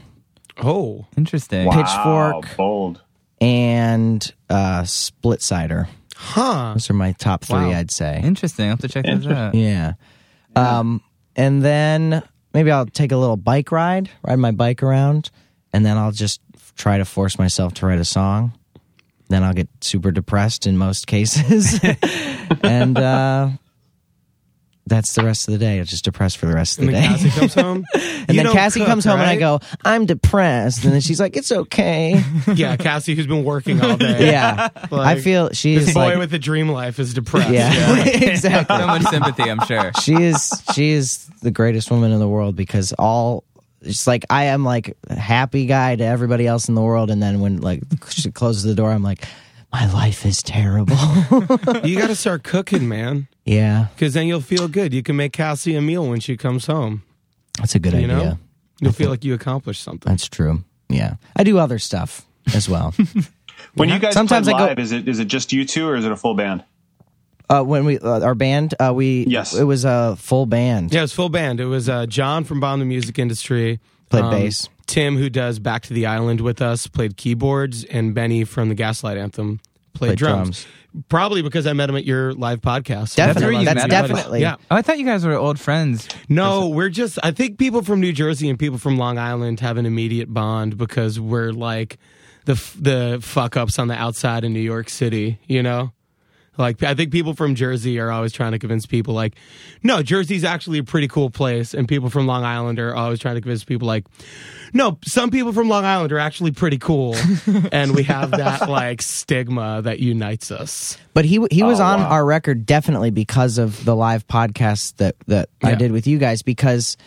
[SPEAKER 4] Um,
[SPEAKER 5] oh,
[SPEAKER 1] Interesting.
[SPEAKER 4] Pitchfork
[SPEAKER 3] Wow, bold.
[SPEAKER 4] and uh Split Sider.
[SPEAKER 5] huh.
[SPEAKER 4] *laughs* Those are my top 3
[SPEAKER 5] Wow.
[SPEAKER 4] I'd say.
[SPEAKER 1] Interesting. I'll have to check those out.
[SPEAKER 4] Yeah. Um, and then maybe I'll take a little bike ride, ride my bike around, and then I'll just f- try to force myself to write a song. Then I'll get super depressed in most cases, *laughs* and uh, that's the rest of the day. I'm just depressed for the rest of
[SPEAKER 5] And
[SPEAKER 4] the
[SPEAKER 5] then
[SPEAKER 4] day.
[SPEAKER 5] Cassie comes home.
[SPEAKER 4] *laughs* And then Cassie comes home and I go, "I'm depressed," and then she's like, "It's okay."
[SPEAKER 5] *laughs* Yeah, Cassie, who's been working
[SPEAKER 4] *laughs*
[SPEAKER 5] all day.
[SPEAKER 4] yeah, I
[SPEAKER 5] Like,
[SPEAKER 4] feel she
[SPEAKER 5] This
[SPEAKER 4] is
[SPEAKER 5] boy
[SPEAKER 4] like,
[SPEAKER 5] with a dream life is depressed.
[SPEAKER 4] yeah, *laughs* exactly.
[SPEAKER 1] So much sympathy, I'm *laughs* sure.
[SPEAKER 4] she is she is the greatest woman in the world because all it's like I am like happy guy to everybody else in the world, and then when like she closes the door, I'm like, my life is terrible.
[SPEAKER 5] *laughs* You got to start cooking, man,
[SPEAKER 4] yeah,
[SPEAKER 5] because then you'll feel good. You can make Cassie a meal when she comes home.
[SPEAKER 4] that's a good
[SPEAKER 5] You
[SPEAKER 4] idea.
[SPEAKER 5] know, you'll feel like you accomplished something.
[SPEAKER 4] That's true. Yeah, I do other stuff as well.
[SPEAKER 3] When you guys
[SPEAKER 4] Sometimes
[SPEAKER 3] play
[SPEAKER 4] I go-
[SPEAKER 3] live, is it is it just you two or is it a full band?
[SPEAKER 4] uh, when we uh, our band, uh, we
[SPEAKER 3] Yes.
[SPEAKER 4] it was a full band.
[SPEAKER 5] Yeah, it was full band. It was uh, John from Bomb the Music Industry. um,
[SPEAKER 4] Played bass.
[SPEAKER 5] Tim, who does Back to the Island with us, played keyboards, and Benny from the Gaslight Anthem played,
[SPEAKER 4] Played
[SPEAKER 5] drums. Probably because I met him at your live podcast.
[SPEAKER 1] That's where
[SPEAKER 4] Definitely,
[SPEAKER 1] you
[SPEAKER 4] that's,
[SPEAKER 1] met us.
[SPEAKER 4] definitely.
[SPEAKER 5] Yeah.
[SPEAKER 1] Oh, I thought you guys were old friends.
[SPEAKER 5] No, we're just. I think people from New Jersey and people from Long Island have an immediate bond because we're like the f- the fuck ups on the outside in New York City. You know, like I think people from Jersey are always trying to convince people like, no, Jersey's actually a pretty cool place, and people from Long Island are always trying to convince people like, no, some people from Long Island are actually pretty cool, and we have that like stigma that unites us.
[SPEAKER 4] But he he was on our record definitely because of the live podcast that that I
[SPEAKER 5] Yeah.
[SPEAKER 4] did with you guys because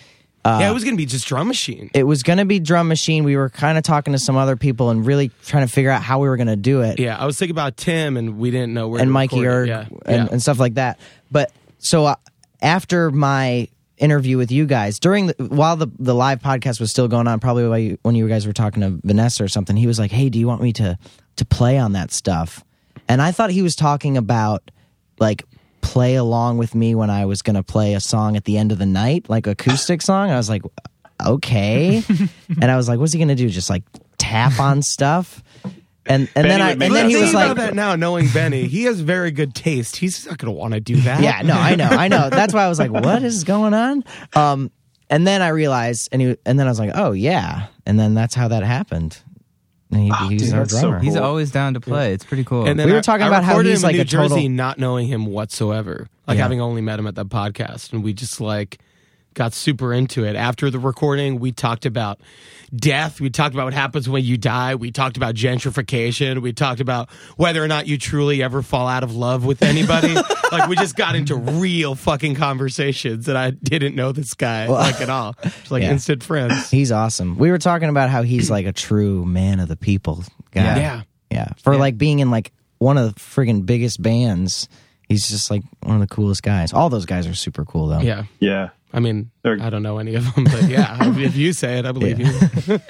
[SPEAKER 5] yeah, it was gonna be just drum machine.
[SPEAKER 4] Uh, it was going to be drum machine. We were kind of talking to some other people and really trying to figure out how we were going to do it.
[SPEAKER 5] yeah, I was thinking about Tim, and we didn't know where
[SPEAKER 4] and
[SPEAKER 5] to
[SPEAKER 4] Mikey Erg
[SPEAKER 5] record it. Yeah,
[SPEAKER 4] and,
[SPEAKER 5] yeah.
[SPEAKER 4] and stuff like that. But so uh, after my interview with you guys during the, while the the live podcast was still going on, probably while you, when you guys were talking to Vanessa or something, he was like, "Hey, do you want me to to play on that stuff?" And I thought he was talking about like play along with me when I was going to play a song at the end of the night, like acoustic song. I was like, "Okay," and I was like, "What's he going to do? Just like tap on stuff?" And and
[SPEAKER 3] Benny
[SPEAKER 4] then I
[SPEAKER 3] would
[SPEAKER 4] and
[SPEAKER 3] make
[SPEAKER 4] then
[SPEAKER 3] that
[SPEAKER 4] he
[SPEAKER 5] Think
[SPEAKER 4] was
[SPEAKER 3] sound.
[SPEAKER 4] like,
[SPEAKER 5] about that now, knowing Benny, he has very good taste. He's not going to want to do that.
[SPEAKER 4] *laughs* yeah, no, I know, I know. That's why I was like, what is going on? Um, and then I realized, and he, and then I was like, oh yeah, and then that's how that happened. And he, he's
[SPEAKER 3] Ah, dude,
[SPEAKER 4] our
[SPEAKER 3] that's so
[SPEAKER 4] drummer.
[SPEAKER 1] He's always down to play. It's pretty cool.
[SPEAKER 5] And then
[SPEAKER 4] We were
[SPEAKER 5] I-
[SPEAKER 4] talking
[SPEAKER 5] I
[SPEAKER 4] about how
[SPEAKER 5] recorded
[SPEAKER 4] he's
[SPEAKER 5] him
[SPEAKER 4] like
[SPEAKER 5] in New
[SPEAKER 4] a total-
[SPEAKER 5] Jersey, not knowing him whatsoever, like having only met him at that podcast, and we just like got super into it. After the recording, we talked about death. We talked about what happens when you die. We talked about gentrification. We talked about whether or not you truly ever fall out of love
[SPEAKER 4] *laughs*
[SPEAKER 5] with anybody. like we just got into real fucking conversations, and I didn't know this guy like at all. Just
[SPEAKER 4] *laughs*
[SPEAKER 5] like
[SPEAKER 4] yeah.
[SPEAKER 5] instant friends.
[SPEAKER 4] He's awesome. We were talking about how he's like a true man of the people guy.
[SPEAKER 1] Yeah.
[SPEAKER 5] Yeah.
[SPEAKER 4] Yeah. For like being in like one of the friggin' biggest bands, he's just like one of the coolest guys. All those guys are super cool though.
[SPEAKER 5] Yeah.
[SPEAKER 3] Yeah.
[SPEAKER 5] I mean,
[SPEAKER 3] They're-
[SPEAKER 5] I don't know any of them, but yeah, if you say it, I believe you.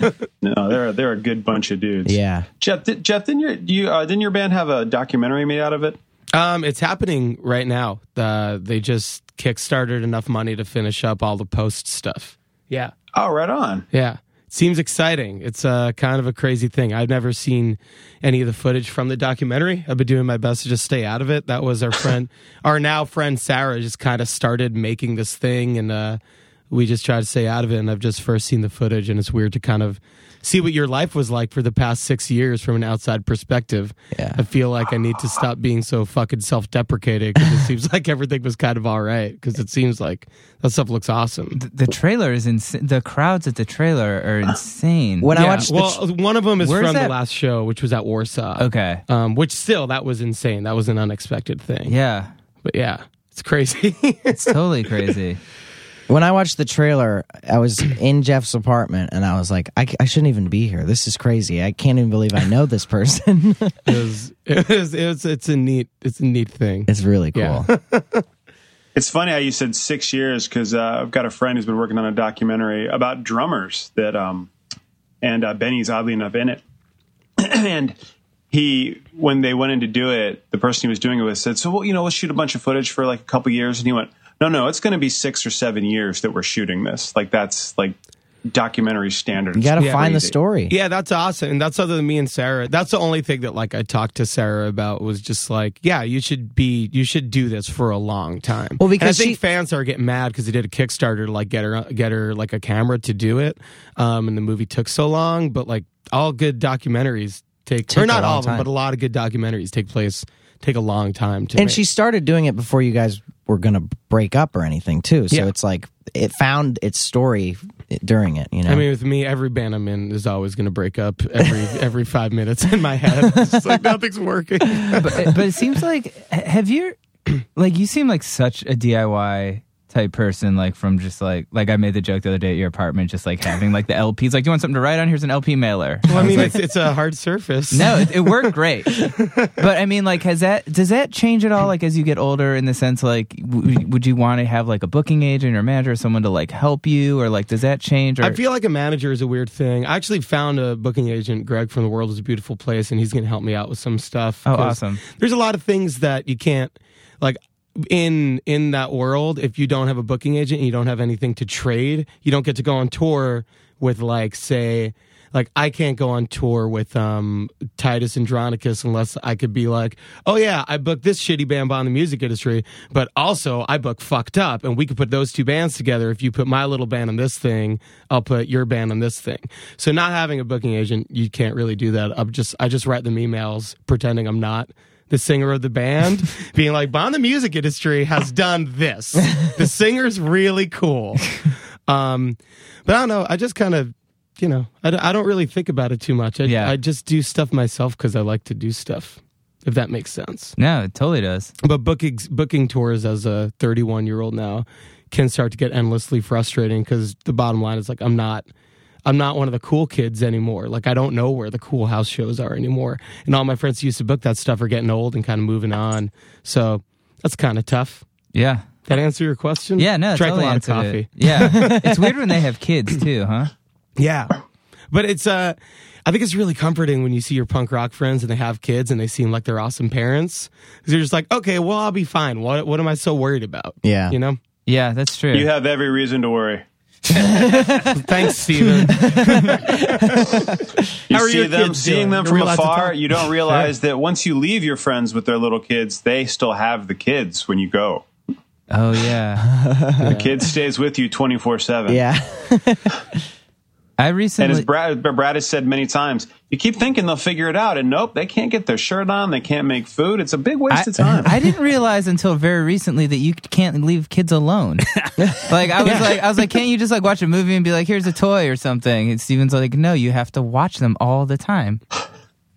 [SPEAKER 3] No, they're they're a good bunch of dudes.
[SPEAKER 4] Yeah.
[SPEAKER 3] Jeff, did, Jeff, didn't your you uh, didn't your band have a documentary made out of it?
[SPEAKER 5] Um, it's happening right now. Uh, they just kickstarted enough money to finish up all the post stuff. Yeah,
[SPEAKER 3] Oh, right on.
[SPEAKER 5] yeah. Seems exciting. It's uh, kind of a crazy thing. I've never seen any of the footage from the documentary. I've been doing my best to just stay out of it. That was our friend, our now friend Sarah, just kind of started making this thing, and uh, we just tried to stay out of it. And I've just first seen the footage, and it's weird to kind of see what your life was like for the past six years from an outside perspective.
[SPEAKER 4] Yeah.
[SPEAKER 5] I feel like I need to stop being so fucking self deprecating because it seems *laughs* like everything was kind of all right because it seems like that stuff looks awesome.
[SPEAKER 1] Th- the trailer is insane. The crowds at the trailer *gasps* are insane.
[SPEAKER 4] When I
[SPEAKER 5] Yeah,
[SPEAKER 4] watched the
[SPEAKER 5] well, one of them is
[SPEAKER 1] Where's
[SPEAKER 5] from the
[SPEAKER 1] that-
[SPEAKER 5] last show, which was at Warsaw.
[SPEAKER 1] Okay.
[SPEAKER 5] Um, which still, that was insane. That was an unexpected thing.
[SPEAKER 1] Yeah.
[SPEAKER 5] But yeah, it's crazy. *laughs*
[SPEAKER 1] It's totally *laughs* crazy.
[SPEAKER 4] When I watched the trailer, I was in Jeff's apartment and I was like, I, c- I shouldn't even be here. This is crazy. I can't even believe I know this person.
[SPEAKER 5] it was, it was, it was, it's a neat, it's a neat thing.
[SPEAKER 4] it's really cool.
[SPEAKER 5] Yeah.
[SPEAKER 3] It's funny how you said six years because uh, I've got a friend who's been working on a documentary about drummers that, um, and uh, Benny's oddly enough in it. *clears throat* and he, when they went in to do it, the person he was doing it with said, "So, well, you know, let's shoot a bunch of footage for like a couple years." And he went, "No, no, it's going to be six or seven years that we're shooting this. Like that's like documentary standard.
[SPEAKER 4] You got
[SPEAKER 3] *laughs*
[SPEAKER 4] to
[SPEAKER 3] It's
[SPEAKER 4] find the
[SPEAKER 3] crazy.
[SPEAKER 4] story.
[SPEAKER 5] Yeah, that's awesome. And that's other than me and Sarah. That's the only thing that like I talked to Sarah about was just like, yeah, you should be, you should do this for a long time.
[SPEAKER 4] Well,
[SPEAKER 5] And
[SPEAKER 4] because
[SPEAKER 5] I think
[SPEAKER 4] she-
[SPEAKER 5] fans are getting mad because they did a Kickstarter to like get her, get her like a camera to do it, um, and the movie took so long. But like all good documentaries take,
[SPEAKER 4] Take
[SPEAKER 5] or
[SPEAKER 4] a
[SPEAKER 5] not
[SPEAKER 4] long
[SPEAKER 5] all of them,
[SPEAKER 4] time.
[SPEAKER 5] but a lot of good documentaries take place take a long time to.
[SPEAKER 4] And
[SPEAKER 5] make.
[SPEAKER 4] she started doing it before you guys were going to break up or anything, too. So
[SPEAKER 5] Yeah.
[SPEAKER 4] it's like it found its story during it, you know?
[SPEAKER 5] I mean, with me, every band I'm in is always going to break up every every five minutes in my head. *laughs* It's just like nothing's
[SPEAKER 4] *laughs*
[SPEAKER 5] working.
[SPEAKER 1] but, but it seems like h- have you *clears throat* like you seem like such a DIY type person like from just like like I made the joke the other day at your apartment just like having like the LPs like do you want something to write on here's an LP mailer *laughs*
[SPEAKER 5] Well, I mean, it's, it's a hard surface.
[SPEAKER 1] no it, it worked great but I mean like has that does that change at all like as you get older in the sense like w- would you want to have like a booking agent or manager or someone to like help you or like does that change or
[SPEAKER 5] I feel like a manager is a weird thing. I actually found a booking agent, Greg from The World is a Beautiful Place, and he's going to help me out with some stuff.
[SPEAKER 1] Oh,
[SPEAKER 5] 'cause
[SPEAKER 1] awesome.
[SPEAKER 5] There's a lot of things that you can't like in in that world if you don't have a booking agent and you don't have anything to trade, you don't get to go on tour with like say like I can't go on tour with um Titus Andronicus unless I could be like, "Oh yeah, I booked this shitty band by in the music industry, but also I booked fucked up and we could put those two bands together. If you put my little band on this thing, I'll put your band on this thing." So not having a booking agent, you can't really do that. I'm just I just write them emails pretending I'm not the singer of the band being like bond the music industry has done this the singer's really cool um but i don't know i just kind of you know I, d- I don't really think about it too much i,
[SPEAKER 1] Yeah.
[SPEAKER 5] I just do stuff myself because i like to do stuff if that makes sense
[SPEAKER 1] no it totally does
[SPEAKER 5] but booking booking tours as a 31 year old now can start to get endlessly frustrating because the bottom line is like i'm not i'm not one of the cool kids anymore like i don't know where the cool house shows are anymore and all my friends who used to book that stuff are getting old and kind of moving on so that's kind of tough
[SPEAKER 1] yeah
[SPEAKER 5] that answer your question
[SPEAKER 1] yeah no it
[SPEAKER 5] drank
[SPEAKER 1] totally
[SPEAKER 5] a lot of
[SPEAKER 1] answered
[SPEAKER 5] coffee
[SPEAKER 1] it.
[SPEAKER 5] *laughs*
[SPEAKER 1] yeah it's weird when they have kids too huh
[SPEAKER 5] yeah. But it's uh I think it's really comforting when you see your punk rock friends and they have kids and they seem like they're awesome parents. Cuz you're just like, "Okay, well, I'll be fine. What what am I so worried about?"
[SPEAKER 4] Yeah.
[SPEAKER 5] You know?
[SPEAKER 1] yeah that's true
[SPEAKER 3] You have every reason to worry.
[SPEAKER 5] Thanks, Steven.
[SPEAKER 3] You
[SPEAKER 5] How are
[SPEAKER 3] see
[SPEAKER 5] your
[SPEAKER 3] them,
[SPEAKER 5] kids
[SPEAKER 3] seeing
[SPEAKER 5] doing?
[SPEAKER 3] them
[SPEAKER 5] Are
[SPEAKER 3] from
[SPEAKER 5] we allowed to
[SPEAKER 3] afar.
[SPEAKER 5] talk?
[SPEAKER 3] You
[SPEAKER 5] *laughs*
[SPEAKER 3] don't realize that once you leave your friends with their little kids, they still have the kids when you go.
[SPEAKER 1] oh yeah
[SPEAKER 3] The kid stays with you twenty four seven.
[SPEAKER 4] yeah. *laughs*
[SPEAKER 1] I
[SPEAKER 3] And
[SPEAKER 1] recently
[SPEAKER 3] as Brad, Brad has said many times, you keep thinking they'll figure it out, and nope, they can't get their shirt on. They can't make food. It's a big waste of
[SPEAKER 5] *laughs*
[SPEAKER 3] time.
[SPEAKER 1] I didn't realize until very recently that you can't leave kids
[SPEAKER 3] *laughs*
[SPEAKER 1] alone. like I was like I was like, can't you just like watch a movie and be like, here's a toy or something? And Steven's like, no, you have to watch them all the time.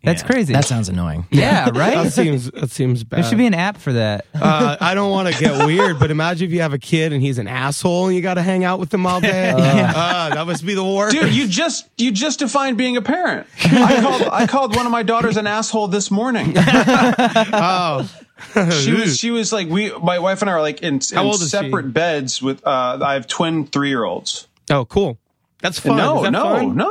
[SPEAKER 1] That's crazy.
[SPEAKER 4] That sounds annoying.
[SPEAKER 1] *laughs*
[SPEAKER 3] *laughs*
[SPEAKER 1] yeah,
[SPEAKER 5] that
[SPEAKER 1] right.
[SPEAKER 5] seems that seems bad.
[SPEAKER 1] There should be an app for that.
[SPEAKER 5] *laughs* uh, I don't want to get weird, but imagine if you have a kid and he's an asshole and you got to hang out with him
[SPEAKER 3] *laughs*
[SPEAKER 5] all day. Uh, that must be the worst.
[SPEAKER 3] Dude, you just you just defined being a parent. I called I called one of my daughters an asshole this
[SPEAKER 5] *laughs*
[SPEAKER 3] morning.
[SPEAKER 5] Oh.
[SPEAKER 3] She was she was like we my wife and I are like in, in
[SPEAKER 5] old is she?
[SPEAKER 3] separate beds with uh I have twin 3-year-olds.
[SPEAKER 5] Oh, cool. That's fun. Is
[SPEAKER 3] No,
[SPEAKER 5] that
[SPEAKER 3] no,
[SPEAKER 5] fun? *laughs*
[SPEAKER 3] no.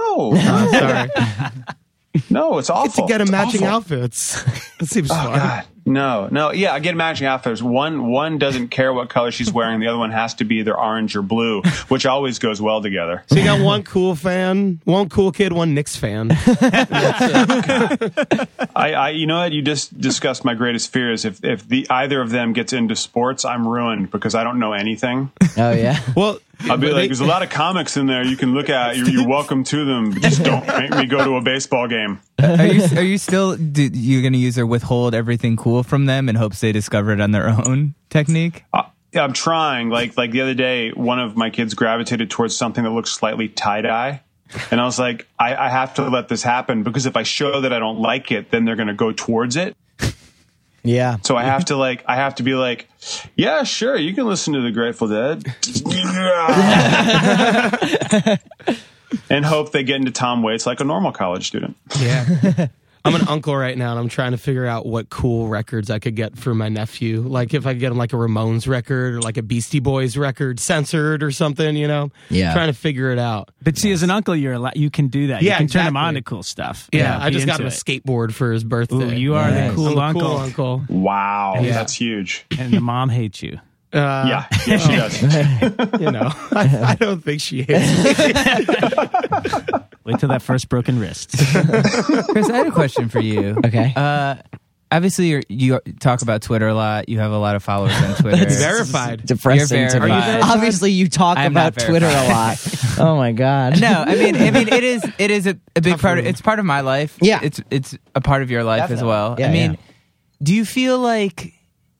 [SPEAKER 3] *laughs*
[SPEAKER 5] Oh, sorry.
[SPEAKER 3] No, it's awful.
[SPEAKER 5] to get
[SPEAKER 3] It's
[SPEAKER 5] them matching
[SPEAKER 3] awful. Oh,
[SPEAKER 5] outfits. *laughs* that seems fun.
[SPEAKER 3] God. No, no, yeah, I get matching outfits. One one doesn't care what color she's wearing, the other one has to be either orange or blue, which always goes well together.
[SPEAKER 5] So you got one cool fan, one cool kid, one Knicks
[SPEAKER 3] *laughs*
[SPEAKER 5] fan.
[SPEAKER 3] I, I you know what, you just discussed my greatest fears. If if the either of them gets into sports, I'm ruined because I don't know anything.
[SPEAKER 5] *laughs*
[SPEAKER 4] Oh, yeah.
[SPEAKER 5] Well,
[SPEAKER 3] I'll be
[SPEAKER 5] but
[SPEAKER 3] like,
[SPEAKER 5] they-
[SPEAKER 3] there's a lot of comics in there you can look at. You're,
[SPEAKER 5] *laughs*
[SPEAKER 3] you're welcome to them. But just don't make me go to a baseball game.
[SPEAKER 1] Are you are you still do, you going to use or withhold everything cool from them in hopes they discover it on their own technique?
[SPEAKER 3] I, I'm trying. Like like the other day, one of my kids gravitated towards something that looks slightly tie dye. And I was like, I, I have to let this happen because if I show that I don't like it, then they're going to go towards it.
[SPEAKER 4] *laughs* Yeah.
[SPEAKER 3] So I have to like, I have to be like, yeah, sure, you can listen to the Grateful Dead, and hope they get into Tom Waits like a normal college student.
[SPEAKER 5] yeah. I'm an uncle right now, and I'm trying to figure out what cool records I could get for my nephew. Like if I could get him like a Ramones record or like a Beastie Boys record censored or something, you know?
[SPEAKER 4] Yeah.
[SPEAKER 5] Trying to figure it out.
[SPEAKER 2] But see, as an uncle, you're allowed, you can do that. you
[SPEAKER 5] Yeah,
[SPEAKER 2] can turn them
[SPEAKER 5] exactly.
[SPEAKER 2] on to cool stuff.
[SPEAKER 5] Yeah, I
[SPEAKER 2] be
[SPEAKER 5] just got him
[SPEAKER 2] into
[SPEAKER 5] a
[SPEAKER 2] it.
[SPEAKER 5] skateboard for his birthday.
[SPEAKER 2] Ooh, you are
[SPEAKER 5] I'm
[SPEAKER 2] the cool *laughs*
[SPEAKER 5] the
[SPEAKER 2] uncle,
[SPEAKER 5] cool uncle.
[SPEAKER 3] Wow,
[SPEAKER 5] Yeah.
[SPEAKER 3] that's huge.
[SPEAKER 2] and the mom hates you.
[SPEAKER 5] Uh,
[SPEAKER 3] yeah, yeah, she does.
[SPEAKER 5] you know, I, I don't think she *laughs* hates. Me.
[SPEAKER 2] Wait till that first broken
[SPEAKER 5] *laughs*
[SPEAKER 2] wrist.
[SPEAKER 1] Chris, I had a question for
[SPEAKER 3] *laughs*
[SPEAKER 1] you.
[SPEAKER 4] Okay.
[SPEAKER 1] Uh, obviously, you're, you talk about Twitter a lot. You have a lot of followers
[SPEAKER 3] *laughs*
[SPEAKER 1] on Twitter.
[SPEAKER 5] Verified.
[SPEAKER 4] Depressing
[SPEAKER 1] You're
[SPEAKER 4] to me.
[SPEAKER 1] verified. Are you verified?
[SPEAKER 4] Obviously, you talk
[SPEAKER 1] I'm not
[SPEAKER 4] about Twitter a lot. Oh my god.
[SPEAKER 1] no, I mean, I mean,
[SPEAKER 4] *laughs*
[SPEAKER 1] it is, it is a, a big part. Of, it's part of my life.
[SPEAKER 4] Yeah.
[SPEAKER 1] it's it's a part of your life as
[SPEAKER 4] Definitely.
[SPEAKER 1] well.
[SPEAKER 4] Yeah,
[SPEAKER 1] I mean,
[SPEAKER 4] yeah.
[SPEAKER 1] do you feel like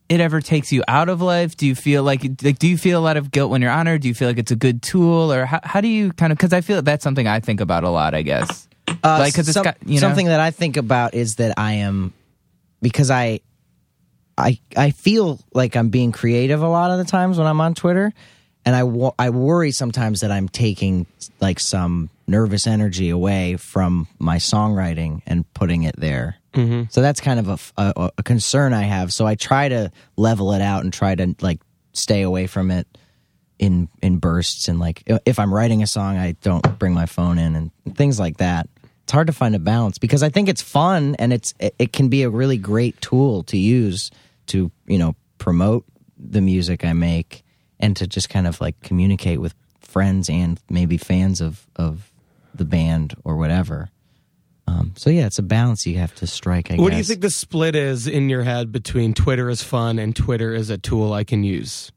[SPEAKER 1] it ever takes you out of life? Do you feel like like do you feel a lot of guilt when you're on, or do you feel like it's a good tool, or how, how do you kind of? Because I feel that's something I think about a lot. I
[SPEAKER 3] *laughs*
[SPEAKER 1] guess.
[SPEAKER 4] Uh,
[SPEAKER 1] Like, 'cause it's got- you know?
[SPEAKER 4] something that I think about is that I am because I I I feel like I'm being creative a lot of the times when I'm on Twitter, and I wo- I worry sometimes that I'm taking like some nervous energy away from my songwriting and putting it there. Mm-hmm. So that's kind of a f- a, a concern I have. So I try to level it out and try to like stay away from it in in bursts and like i- if I'm writing a song, I don't bring my phone in and things like that. It's hard to find a balance because I think it's fun and it's it, it can be a really great tool to use to you know promote the music I make and to just kind of like communicate with friends and maybe fans of of the band or whatever. Um, so yeah, it's a balance you have to strike. I
[SPEAKER 5] What do you
[SPEAKER 4] guess.
[SPEAKER 5] think the split is in your head between Twitter is fun and Twitter is a tool I can use?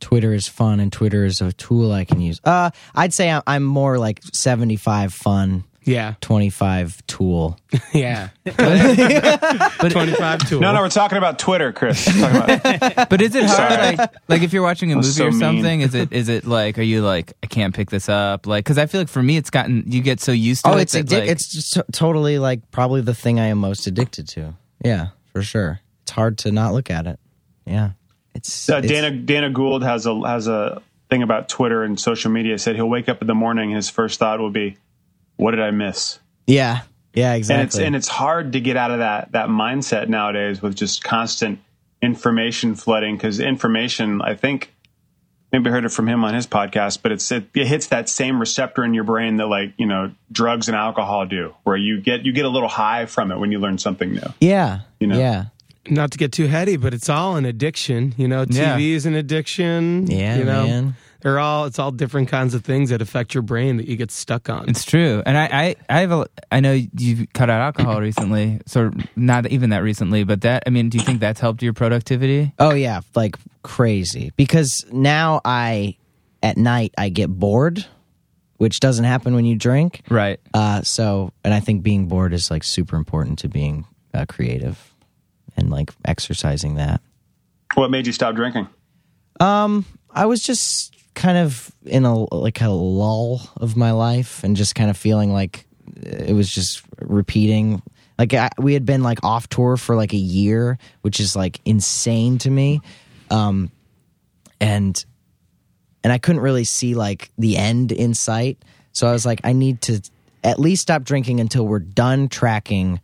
[SPEAKER 4] Twitter is fun and Twitter is a tool I can use. Uh, I'd say I- I'm more like seventy five fun.
[SPEAKER 5] Yeah,
[SPEAKER 4] 25 tool.
[SPEAKER 5] yeah. Twenty-five tool.
[SPEAKER 3] No, no, we're talking about Twitter, Chris. We're talking about-
[SPEAKER 1] But is it hard?
[SPEAKER 3] Sorry.
[SPEAKER 1] Like, like if you're watching a movie
[SPEAKER 3] was
[SPEAKER 1] or
[SPEAKER 3] so mean.
[SPEAKER 1] something, is it is it like? Are you like? I can't pick this up. Like, because I feel like for me, it's gotten you get so used to
[SPEAKER 4] Oh,
[SPEAKER 1] it.
[SPEAKER 4] it's
[SPEAKER 1] that,
[SPEAKER 4] addic-
[SPEAKER 1] like,
[SPEAKER 4] it's just t- totally like probably the thing I am most addicted to. Yeah, for sure. It's hard to not look at it. Yeah. It's,
[SPEAKER 3] uh,
[SPEAKER 4] it's-
[SPEAKER 3] Dana Dana Gould has a has a thing about Twitter and social media. Said he'll wake up in the morning, his first thought will be, "What did I miss?"
[SPEAKER 4] Yeah. Yeah,
[SPEAKER 3] And
[SPEAKER 4] exactly.
[SPEAKER 3] it's and it's hard to get out of that that mindset nowadays with just constant information flooding because information, I think. Maybe I heard it from him on his podcast, but it's it, it hits that same receptor in your brain that like you know drugs and alcohol do, where you get you get a little high from it when you learn something new.
[SPEAKER 4] yeah.
[SPEAKER 3] know.
[SPEAKER 4] Yeah.
[SPEAKER 5] Not to get too heady, but it's all an addiction. You know, TV
[SPEAKER 1] Yeah.
[SPEAKER 5] is an addiction.
[SPEAKER 4] Yeah,
[SPEAKER 5] you know,
[SPEAKER 4] man.
[SPEAKER 5] they're all it's all different kinds of things that affect your brain that you get stuck on.
[SPEAKER 1] It's true, and I, I, I have a, I know you cut out
[SPEAKER 4] *laughs*
[SPEAKER 1] alcohol recently, sort of not even that recently, but that, I mean, do you think that's helped your productivity?
[SPEAKER 4] Oh yeah, like crazy. Because now I at night I get bored, which doesn't happen when you drink.
[SPEAKER 1] Right.
[SPEAKER 4] Uh, so, and I think being bored is like super important to being uh, creative and like exercising that.
[SPEAKER 3] What made you stop drinking?
[SPEAKER 4] I was just kind of in a like a lull of my life and just kind of feeling like it was just repeating like I, we had been like off tour for like a year which is like insane to me um and and I couldn't really see like the end in sight so I was like I need to at least stop drinking until we're done tracking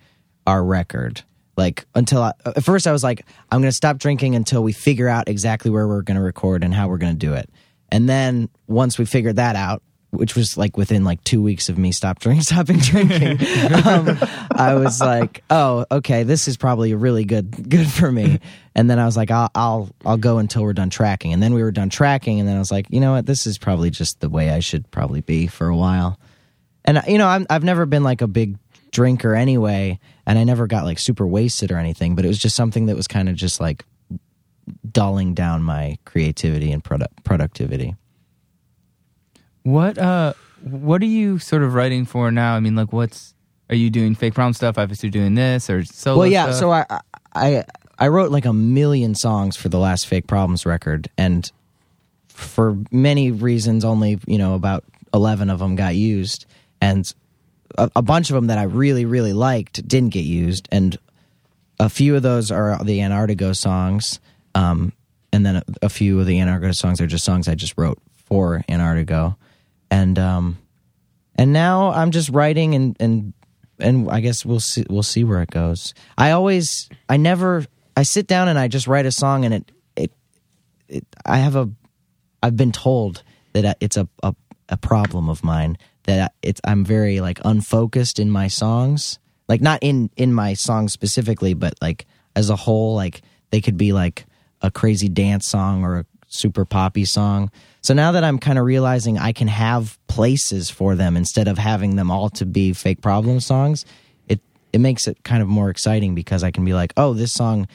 [SPEAKER 4] our record like until I, at first I was like I'm going to stop drinking until we figure out exactly where we're going to record and how we're going to do it and then once we figured that out which was like within like two weeks of me stop drink, stopping drinking. *laughs* um, I was like, oh, okay, this is probably really good, good for me. And then I was like, I'll, I'll, I'll go until we're done tracking. And then we were done tracking, and then I was like, you know what, this is probably just the way I should probably be for a while. And you know, I'm, I've never been like a big drinker anyway, and I never got like super wasted or anything. But it was just something that was kind of just like dulling down my creativity and product productivity.
[SPEAKER 1] What, uh, what are you sort of writing for now? I mean, like, what's, are you doing fake problem stuff? Obviously, doing this or solo.
[SPEAKER 4] well yeah
[SPEAKER 1] stuff?
[SPEAKER 4] so I, I i wrote like a million songs for the last fake problems record and for many reasons only you know about 11 of them got used and a, a bunch of them that i really really liked didn't get used and a few of those are the antarctica songs um, and then a, a few of the antarctica songs are just songs i just wrote for antarctica and um, and now I'm just writing and and and I guess we'll see we'll see where it goes. I always I never I sit down and I just write a song and it it, it I have a I've been told that uh, it's a a, a problem of mine that uh, it's I'm very like unfocused in my songs. Like not in in my songs specifically, but like as a whole like they could be like a crazy dance song or a super poppy song. So now that I'm kind of realizing I can have places for them instead of having them all to be fake problem songs, it it makes it kind of more exciting because I can be like, "Oh, this song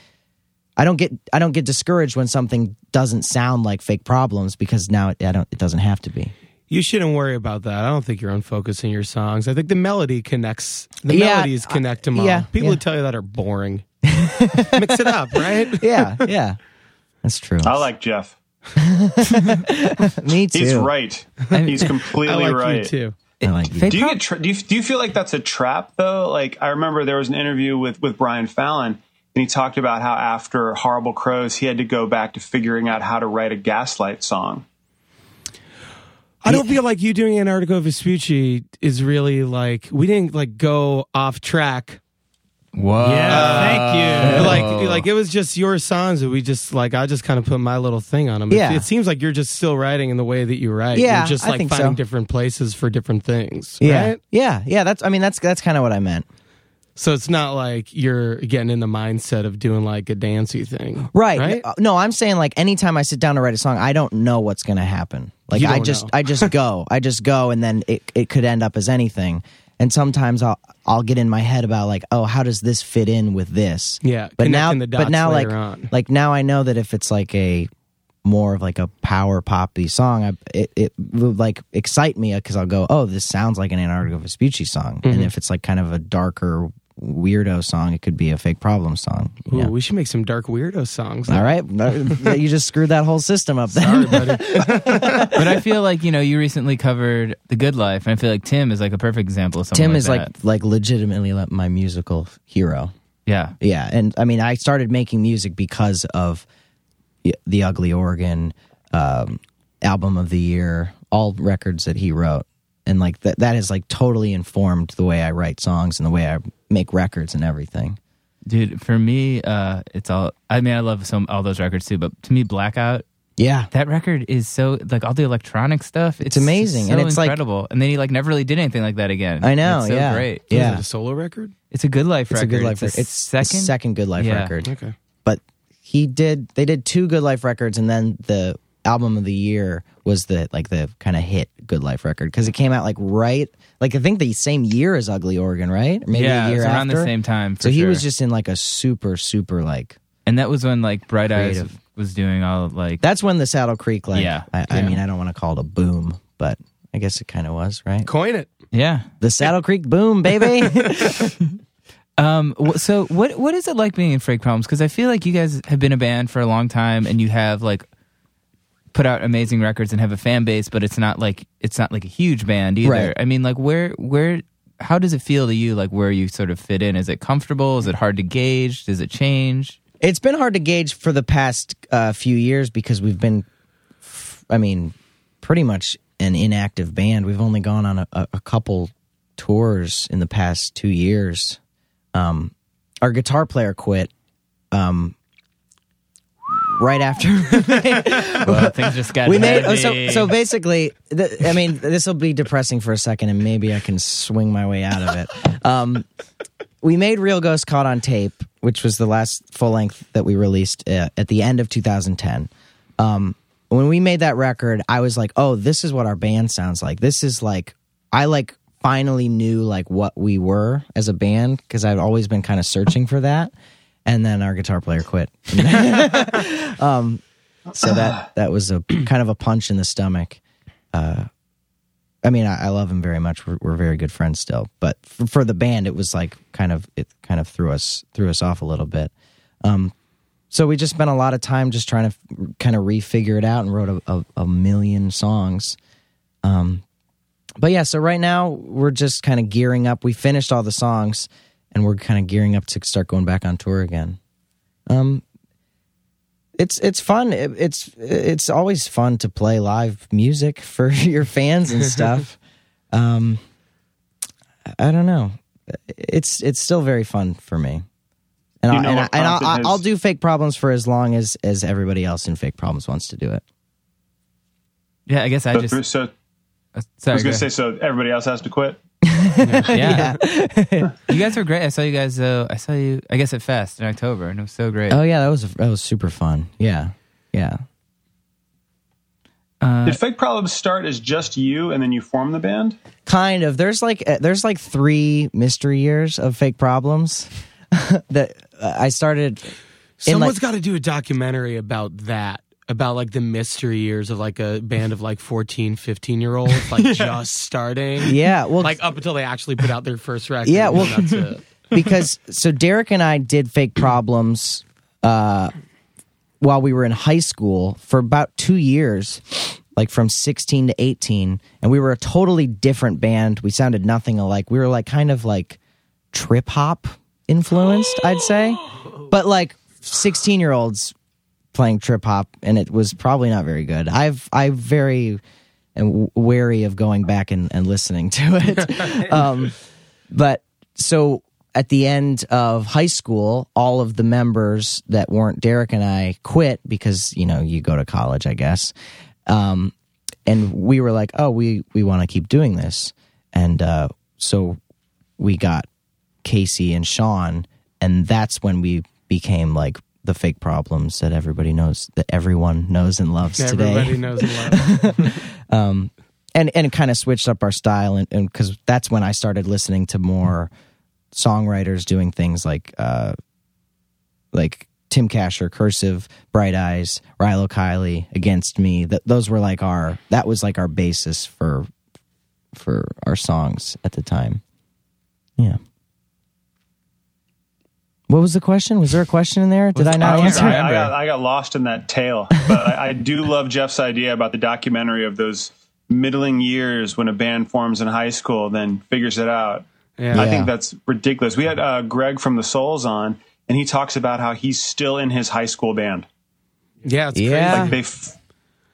[SPEAKER 4] I don't get I don't get discouraged when something doesn't sound like fake problems because now it, I don't it doesn't have to be."
[SPEAKER 5] You shouldn't worry about that. I don't think you're unfocusing your songs. I think the melody connects. The
[SPEAKER 4] Yeah,
[SPEAKER 5] melodies
[SPEAKER 4] I-
[SPEAKER 5] connect them all.
[SPEAKER 4] yeah, yeah.
[SPEAKER 5] People who tell you that are *laughs* boring. Mix it up, right?
[SPEAKER 4] Yeah, yeah. That's true.
[SPEAKER 3] I like Jeff.
[SPEAKER 4] Me too.
[SPEAKER 3] He's right. He's
[SPEAKER 5] *laughs* I
[SPEAKER 3] completely
[SPEAKER 5] like you
[SPEAKER 3] right.
[SPEAKER 5] too.
[SPEAKER 4] I like you.
[SPEAKER 1] Fake
[SPEAKER 3] Do you
[SPEAKER 1] prob-
[SPEAKER 3] get tra- do you do you feel like that's a trap though? Like I remember there was an interview with with Brian Fallon and he talked about how after Horrible Crows he had to go back to figuring out how to write a gaslight song.
[SPEAKER 5] I don't feel like you doing Antarctica Vespucci is really like we didn't like go off track.
[SPEAKER 1] Whoa.
[SPEAKER 2] Yeah, thank you.
[SPEAKER 5] Like
[SPEAKER 4] Oh.
[SPEAKER 5] like it was just your songs that we just like I just kind of put my little thing on them. It-
[SPEAKER 4] Yeah.
[SPEAKER 5] It, seems like you're just still writing in the way that you write.
[SPEAKER 4] Yeah,
[SPEAKER 5] You're just
[SPEAKER 4] I
[SPEAKER 5] like
[SPEAKER 4] think
[SPEAKER 5] finding
[SPEAKER 4] so.
[SPEAKER 5] different places for different things.
[SPEAKER 4] yeah.
[SPEAKER 5] Right?
[SPEAKER 4] Yeah, yeah, that's I mean that's that's kind of what I meant.
[SPEAKER 5] So it's not like you're getting in the mindset of doing like a dancey thing.
[SPEAKER 4] Right.
[SPEAKER 5] Right?
[SPEAKER 4] Uh, No, I'm saying like anytime I sit down to write a song, I don't know what's going to happen. Like
[SPEAKER 5] You
[SPEAKER 4] I
[SPEAKER 5] don't
[SPEAKER 4] just
[SPEAKER 5] know.
[SPEAKER 4] I
[SPEAKER 5] *laughs*
[SPEAKER 4] just go. I just go and then it it could end up as anything. And sometimes I'll I'll get in my head about like, "Oh, how does this fit in with this?"
[SPEAKER 5] Yeah,
[SPEAKER 4] But now
[SPEAKER 5] connecting the
[SPEAKER 4] but
[SPEAKER 5] dots
[SPEAKER 4] now like
[SPEAKER 5] later on.
[SPEAKER 4] like now I know that if it's like a more of like a power poppy song, I, it it would like excite me because I'll go, "Oh, this sounds like an Antarctica Vespucci song."
[SPEAKER 5] Mm-hmm.
[SPEAKER 4] And if it's like kind of a darker weirdo song, it could be a fake problem song. you
[SPEAKER 5] Ooh,
[SPEAKER 4] know?
[SPEAKER 5] we should make some dark weirdo songs.
[SPEAKER 4] All right, you just screwed that whole system up. Then
[SPEAKER 5] Sorry,
[SPEAKER 1] *laughs*
[SPEAKER 5] buddy.
[SPEAKER 1] but I feel like you know you recently covered the Good Life, and I feel like Tim is like a perfect example of someone.
[SPEAKER 4] Tim
[SPEAKER 1] like
[SPEAKER 4] is
[SPEAKER 1] that.
[SPEAKER 4] like like legitimately like my musical hero.
[SPEAKER 1] yeah,
[SPEAKER 4] Yeah, and I mean, I started making music because of y- the Ugly Oregon um, album of the year, all records that he wrote, and like that that has like totally informed the way I write songs and the way I make records and everything.
[SPEAKER 1] dude. For me, uh, it's all. I mean, I love some all those records too, but to me, Blackout
[SPEAKER 4] Yeah,
[SPEAKER 1] that record is so like all the electronic stuff. It's,
[SPEAKER 4] amazing,
[SPEAKER 1] so
[SPEAKER 4] and it's, like-
[SPEAKER 1] incredible. and then he like never really did anything like that again.
[SPEAKER 4] I know.
[SPEAKER 1] It's so
[SPEAKER 4] yeah,
[SPEAKER 1] great.
[SPEAKER 5] Is it
[SPEAKER 4] yeah.
[SPEAKER 5] a solo record?
[SPEAKER 1] It's a Good Life
[SPEAKER 4] It's a
[SPEAKER 1] record.
[SPEAKER 4] good life.
[SPEAKER 1] the
[SPEAKER 4] record. It's
[SPEAKER 1] second.
[SPEAKER 4] the second good life
[SPEAKER 1] Yeah.
[SPEAKER 4] record.
[SPEAKER 5] Okay.
[SPEAKER 4] but he did they did two good life records and then the album of the year was the like the kind of hit good life record because it came out like right like i think the same year as ugly oregon right Or maybe
[SPEAKER 1] yeah,
[SPEAKER 4] a year
[SPEAKER 1] it's around
[SPEAKER 4] after
[SPEAKER 1] the same time. For
[SPEAKER 4] so he
[SPEAKER 1] sure.
[SPEAKER 4] was just in like a super super like
[SPEAKER 1] and that was when like Bright Eyes
[SPEAKER 4] Creative.
[SPEAKER 1] was doing all of, like
[SPEAKER 4] that's when the saddle creek like
[SPEAKER 1] Yeah,
[SPEAKER 4] i, I mean i don't want to call it a boom but i guess it kind of was right
[SPEAKER 5] Coin it.
[SPEAKER 1] yeah.
[SPEAKER 4] the saddle creek boom baby
[SPEAKER 1] *laughs* Um. wh- So what what is it like being in Fake Problems? Because I feel like you guys have been a band for a long time, and you have like put out amazing records and have a fan base, but it's not like it's not like a huge band either.
[SPEAKER 4] Right.
[SPEAKER 1] I mean, like where where how does it feel to you? Like where you sort of fit in? Is it comfortable? Is it hard to gauge? Does it change?
[SPEAKER 4] It's been hard to gauge for the past uh, few years because we've been, f- I mean, pretty much an inactive band. We've only gone on a, a, a couple tours in the past two years. Um, our guitar player quit um, right after *laughs*
[SPEAKER 1] Well, things just got
[SPEAKER 4] we made.
[SPEAKER 1] heavy.
[SPEAKER 4] Oh, so so basically, th- I mean, this will be depressing for a second, and maybe I can swing my way out of it. Um, we made Real Ghost Caught on Tape, which was the last full length that we released uh, at the end of 2010. Um, when we made that record, I was like, "Oh, this is what our band sounds like. This is like I like." finally knew like what we were as a band because i've always been kind of searching for that and then our guitar player quit so that that was a kind of a punch in the stomach. Uh, I mean, I, I love him very much. We're, we're very good friends still, but for, for the band, it was like kind of it kind of threw us threw us off a little bit. Um, so we just spent a lot of time just trying to f- kind of refigure it out and wrote a, a, a million songs. Um, but yeah, so right now we're just kind of gearing up. We finished all the songs, and we're kind of gearing up to start going back on tour again Um, it's it's fun. It, it's it's always fun to play live music *laughs* for your fans and stuff.
[SPEAKER 3] *laughs*
[SPEAKER 4] um, I don't know. It's it's still very fun for me. And,
[SPEAKER 3] You
[SPEAKER 4] I'll,
[SPEAKER 3] know
[SPEAKER 4] and, I,
[SPEAKER 3] what
[SPEAKER 4] and I'll,
[SPEAKER 3] prompted
[SPEAKER 4] I'll- I'll
[SPEAKER 3] his-
[SPEAKER 4] do fake problems for as long as as everybody else in fake problems wants to do it.
[SPEAKER 1] yeah, I guess I
[SPEAKER 3] So,
[SPEAKER 1] just
[SPEAKER 3] so
[SPEAKER 1] uh,
[SPEAKER 3] I
[SPEAKER 1] sorry.
[SPEAKER 3] was
[SPEAKER 1] go
[SPEAKER 3] going to say, so everybody else has to quit.
[SPEAKER 1] yeah. *laughs* you guys were great. I saw you guys. Uh, I saw you. I guess at Fest in October, and it was so great.
[SPEAKER 4] Oh yeah, that was that was super fun. Yeah, yeah.
[SPEAKER 1] Uh,
[SPEAKER 3] Did Fake Problems start as just you and then you formed the band?
[SPEAKER 4] kind of there's like uh, there's like three mystery years of fake problems *laughs* that uh, i started In,
[SPEAKER 5] Someone's
[SPEAKER 4] like-
[SPEAKER 5] got to do a documentary about that, about like the mystery years of like a band of like 14, 15 year
[SPEAKER 4] *laughs*
[SPEAKER 5] olds, like just starting.
[SPEAKER 4] yeah well
[SPEAKER 5] Like up until they actually put out their first record.
[SPEAKER 4] Yeah,
[SPEAKER 5] and
[SPEAKER 4] well- *laughs*
[SPEAKER 5] that's it.
[SPEAKER 4] because so derek and i did fake problems uh while we were in high school for about two years like from 16 to 18 and we were a totally different band we sounded nothing alike we were like kind of like trip hop influenced i'd say but like 16 year olds playing trip hop and it was probably not very good i've i very am wary of going back and, and listening to it *laughs* um but so at the end of high school all of the members that weren't derek and i quit because you know you go to college i guess um and we were like oh we we want to keep doing this and uh so we got Casey and Sean, and that's when we became like the fake problems that everybody knows that everyone knows and loves
[SPEAKER 5] Everybody
[SPEAKER 4] today.
[SPEAKER 5] knows a
[SPEAKER 4] *laughs*
[SPEAKER 5] lot.
[SPEAKER 4] And and kind of switched up our style, and because that's when I started listening to more songwriters doing things like uh, like Tim Casher, Cursive, Bright Eyes, Rilo Kiley, Against Me. That those were like our that was like our basis for for our songs at the time. Yeah. What was the question? Was there a question in there? Did I
[SPEAKER 1] I
[SPEAKER 4] not
[SPEAKER 1] was-
[SPEAKER 4] answer?
[SPEAKER 1] Remember.
[SPEAKER 3] I got, I got lost in that tale, but I, I do love Jeff's idea about the documentary of those middling years when a band forms in high school, then figures it out.
[SPEAKER 5] Yeah.
[SPEAKER 3] I
[SPEAKER 4] Yeah.
[SPEAKER 3] think that's ridiculous. We had uh, Greg from the Souls on, and he talks about how he's still in his high school band.
[SPEAKER 5] Yeah, it's
[SPEAKER 4] Yeah.
[SPEAKER 5] crazy.
[SPEAKER 3] Like they, f-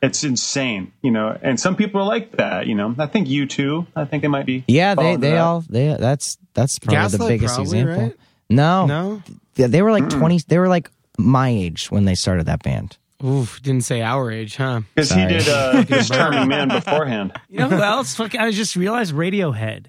[SPEAKER 3] it's insane, you know. And some people are like that, you know. I think you too. I think they might be.
[SPEAKER 4] Yeah, they
[SPEAKER 3] followed
[SPEAKER 4] they
[SPEAKER 3] that.
[SPEAKER 4] all they that's that's probably the
[SPEAKER 5] Gaslight
[SPEAKER 4] biggest
[SPEAKER 5] probably,
[SPEAKER 4] example.
[SPEAKER 5] right?
[SPEAKER 4] No,
[SPEAKER 5] No?
[SPEAKER 4] Th- they were like twenty. They were like my age when they started that band.
[SPEAKER 5] Oof, didn't say our age, huh?
[SPEAKER 3] because he did uh,
[SPEAKER 4] *laughs*
[SPEAKER 3] his charming man beforehand.
[SPEAKER 2] You
[SPEAKER 5] *laughs*
[SPEAKER 2] know who else? Fuck, I just realized Radiohead.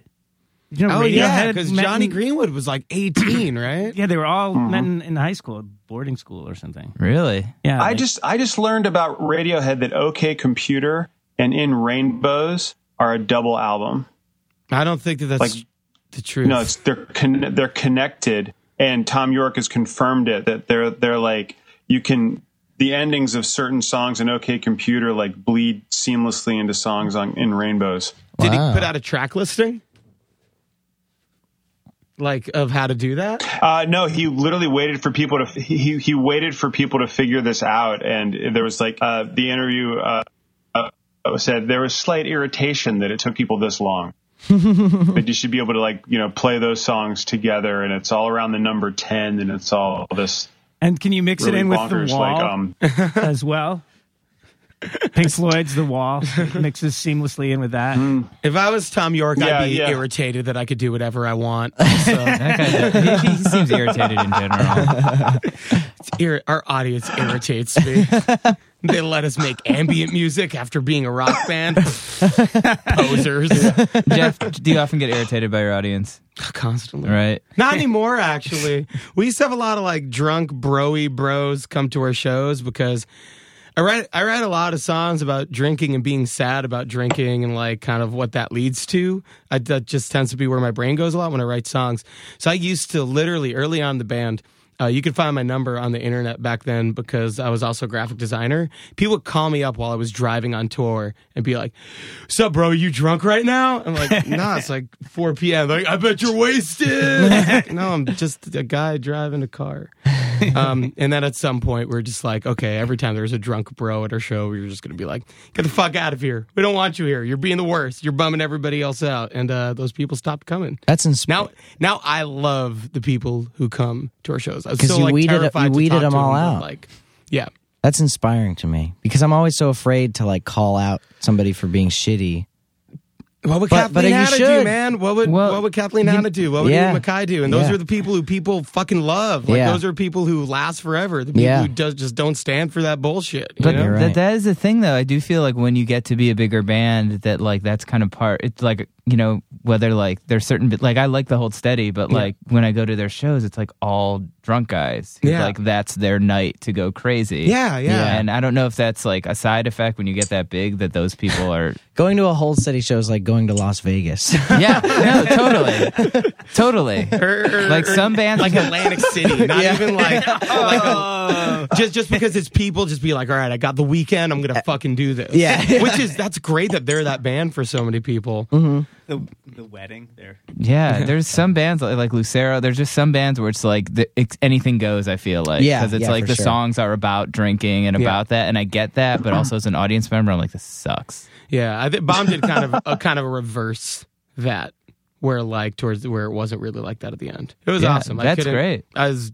[SPEAKER 2] You know,
[SPEAKER 5] Oh, yeah,
[SPEAKER 2] Radiohead
[SPEAKER 5] because
[SPEAKER 2] met
[SPEAKER 5] Johnny
[SPEAKER 2] in-
[SPEAKER 5] Mm-hmm. Greenwood was like 18, right?
[SPEAKER 2] Yeah, they were all met in, in high school, boarding school or something.
[SPEAKER 1] Really? *laughs*
[SPEAKER 2] Yeah,
[SPEAKER 3] I
[SPEAKER 2] like-
[SPEAKER 3] just I just learned about Radiohead that OK Computer and In Rainbows are a double album.
[SPEAKER 5] I don't think that that's
[SPEAKER 3] Like-
[SPEAKER 5] the truth.
[SPEAKER 3] No, it's they're con- they're connected, and Tom York has confirmed it that they're they're like you can the endings of certain songs in OK Computer like bleed seamlessly into songs on In Rainbows.
[SPEAKER 5] Did
[SPEAKER 4] Wow.
[SPEAKER 5] he put out a track listing? Like of how to do that?
[SPEAKER 3] Uh, no, he literally waited for people to he he- he waited for people to figure this out, and there was like uh, the interview uh, uh, said there was slight irritation that it took people this long. that you should be able to like you know play those songs together, and it's all around the number ten, and it's all this
[SPEAKER 2] and can you mix
[SPEAKER 3] really
[SPEAKER 2] it in with
[SPEAKER 3] bonkers
[SPEAKER 2] the wall
[SPEAKER 3] like um *laughs*
[SPEAKER 2] as well? Pink Floyd's The Wall mixes seamlessly in with that.
[SPEAKER 6] Mm.
[SPEAKER 5] If I was Tom York,
[SPEAKER 3] Yeah,
[SPEAKER 5] I'd be
[SPEAKER 3] yeah.
[SPEAKER 5] irritated that I could do whatever
[SPEAKER 4] *laughs*
[SPEAKER 5] I want. Also,
[SPEAKER 1] That guy, he, he seems irritated in general.
[SPEAKER 5] ir- our audience irritates
[SPEAKER 4] *laughs*
[SPEAKER 5] me. they let us make ambient music after being a
[SPEAKER 4] *laughs*
[SPEAKER 5] rock band. Posers.
[SPEAKER 1] Jeff, do you often get irritated by your audience?
[SPEAKER 5] Constantly.
[SPEAKER 1] Right?
[SPEAKER 5] *laughs* Not anymore, actually. We used to have a lot of like drunk broy bros come to our shows because I write I write a lot of songs about drinking and being sad about drinking and like kind of what that leads to. I, that just tends to be where my brain goes a lot when I write songs. So I used to literally early on in the band. Uh, you could find my number on the internet back then because I was also a graphic designer. People would call me up while I was driving on tour and be like, "Sup, bro? You drunk right now?" I'm like, "Nah, it's like 4 p.m." Like, I bet you're wasted. *laughs* Like, no, I'm just a guy driving a car um, and then at some point we're just like, okay, every time there's a drunk bro at our show, we were just gonna be like, get the fuck out of here. We don't want you here. You're being the worst. You're bumming everybody else out. And uh, those people stopped coming.
[SPEAKER 4] That's inspiring
[SPEAKER 5] Now, now I love the people who come to our shows. I was
[SPEAKER 4] 'Cause
[SPEAKER 5] so
[SPEAKER 4] you
[SPEAKER 5] like
[SPEAKER 4] weeded-
[SPEAKER 5] terrified
[SPEAKER 4] you
[SPEAKER 5] to
[SPEAKER 4] weeded
[SPEAKER 5] talk to
[SPEAKER 4] them all out.
[SPEAKER 5] Like, yeah,
[SPEAKER 4] That's inspiring to me because I'm always so afraid to like call out somebody for being shitty.
[SPEAKER 5] What would
[SPEAKER 4] But- but
[SPEAKER 5] Kathleen
[SPEAKER 4] you
[SPEAKER 5] Hanna do,
[SPEAKER 4] should.
[SPEAKER 5] man? What would
[SPEAKER 1] Well,
[SPEAKER 5] what would Kathleen
[SPEAKER 1] you-
[SPEAKER 5] Hanna do? What would
[SPEAKER 4] yeah.
[SPEAKER 5] Ian Mackay do? And those
[SPEAKER 4] Yeah.
[SPEAKER 5] are the people who people fucking love. Like
[SPEAKER 4] Yeah.
[SPEAKER 5] those are people who last forever. The people
[SPEAKER 4] Yeah.
[SPEAKER 5] who does, just don't stand for that bullshit. you
[SPEAKER 1] But
[SPEAKER 5] know?
[SPEAKER 4] You're right.
[SPEAKER 1] that, that is the thing, though. I do feel like when you get to be a bigger band, that like that's kind of part. It's like you know whether like there's certain bit- like I like the Hold Steady, but like when I go to their shows, it's like all drunk guys. Who,
[SPEAKER 5] Yeah.
[SPEAKER 1] Like that's their night to go crazy.
[SPEAKER 5] Yeah, yeah.
[SPEAKER 1] And I don't know if that's like a side effect when you get that big that those people are. *laughs*
[SPEAKER 4] Going to a whole city show is like going to Las Vegas. *laughs*
[SPEAKER 1] yeah, no, *laughs* totally, totally. Like some bands,
[SPEAKER 5] like Atlantic
[SPEAKER 1] *laughs*
[SPEAKER 5] City, not even like, like
[SPEAKER 1] Oh.
[SPEAKER 5] a- just just because it's people, just be like, all right, I got the weekend, I'm
[SPEAKER 1] Uh,
[SPEAKER 5] gonna fucking do this.
[SPEAKER 4] Yeah.
[SPEAKER 5] *laughs* which is that's great that they're that band for so many people.
[SPEAKER 1] Mm-hmm.
[SPEAKER 6] The, the wedding there.
[SPEAKER 1] Yeah,
[SPEAKER 4] *laughs*
[SPEAKER 1] there's some bands like, like Lucero. There's just some bands where it's like the, it's, anything goes. I feel like
[SPEAKER 4] Yeah,
[SPEAKER 1] because it's
[SPEAKER 4] yeah,
[SPEAKER 1] like
[SPEAKER 4] for
[SPEAKER 1] the
[SPEAKER 4] sure.
[SPEAKER 1] songs are about drinking and about that, and I get that. But also as an audience member, I'm like, this sucks.
[SPEAKER 5] Yeah, I think Bomb did kind of a kind of a reverse that where like towards where it wasn't really like that at the end. It was
[SPEAKER 1] Yeah,
[SPEAKER 5] awesome. I
[SPEAKER 1] that's
[SPEAKER 5] couldn't-
[SPEAKER 1] great.
[SPEAKER 5] I was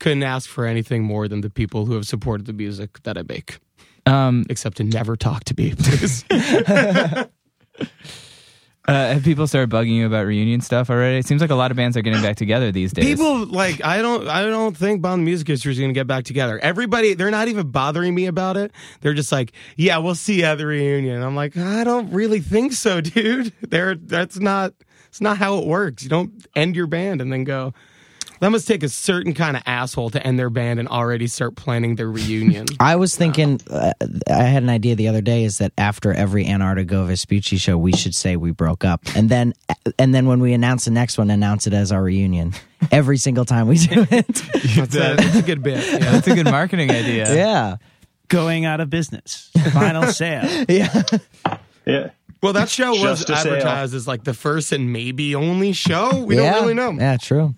[SPEAKER 5] couldn't ask for anything more than the people who have supported the music that I make,
[SPEAKER 1] Um,
[SPEAKER 5] except to never talk to me, *laughs* please.
[SPEAKER 1] uh, have people started bugging you about reunion stuff already? It seems like a lot of bands are getting back together these days.
[SPEAKER 5] People like I don't I don't think Bond Music History is going to get back together. Everybody they're not even bothering me about it. They're just like, yeah, we'll see you at the reunion. I'm like, I don't really think so, *laughs* dude. There that's not it's not how it works. You don't end your band and then go. That must take a certain kind of asshole to end their band and already start planning their reunion.
[SPEAKER 4] I was thinking, uh, I had an idea the other day is that after every Antarctica Vespucci show, we should say we broke up, and then and then when we announce the next one, announce it as our reunion. *laughs* Every single time we do it,
[SPEAKER 5] that's, a, that's a good bit. Yeah.
[SPEAKER 1] That's a good marketing idea.
[SPEAKER 4] *laughs* yeah,
[SPEAKER 2] Going out of business.
[SPEAKER 6] *laughs*
[SPEAKER 2] Final sale.
[SPEAKER 4] yeah.
[SPEAKER 3] Yeah.
[SPEAKER 5] Well, that show was
[SPEAKER 3] Just a sale.
[SPEAKER 5] advertised as like the first and maybe only show. We
[SPEAKER 4] Yeah.
[SPEAKER 5] don't really know.
[SPEAKER 4] Yeah, true.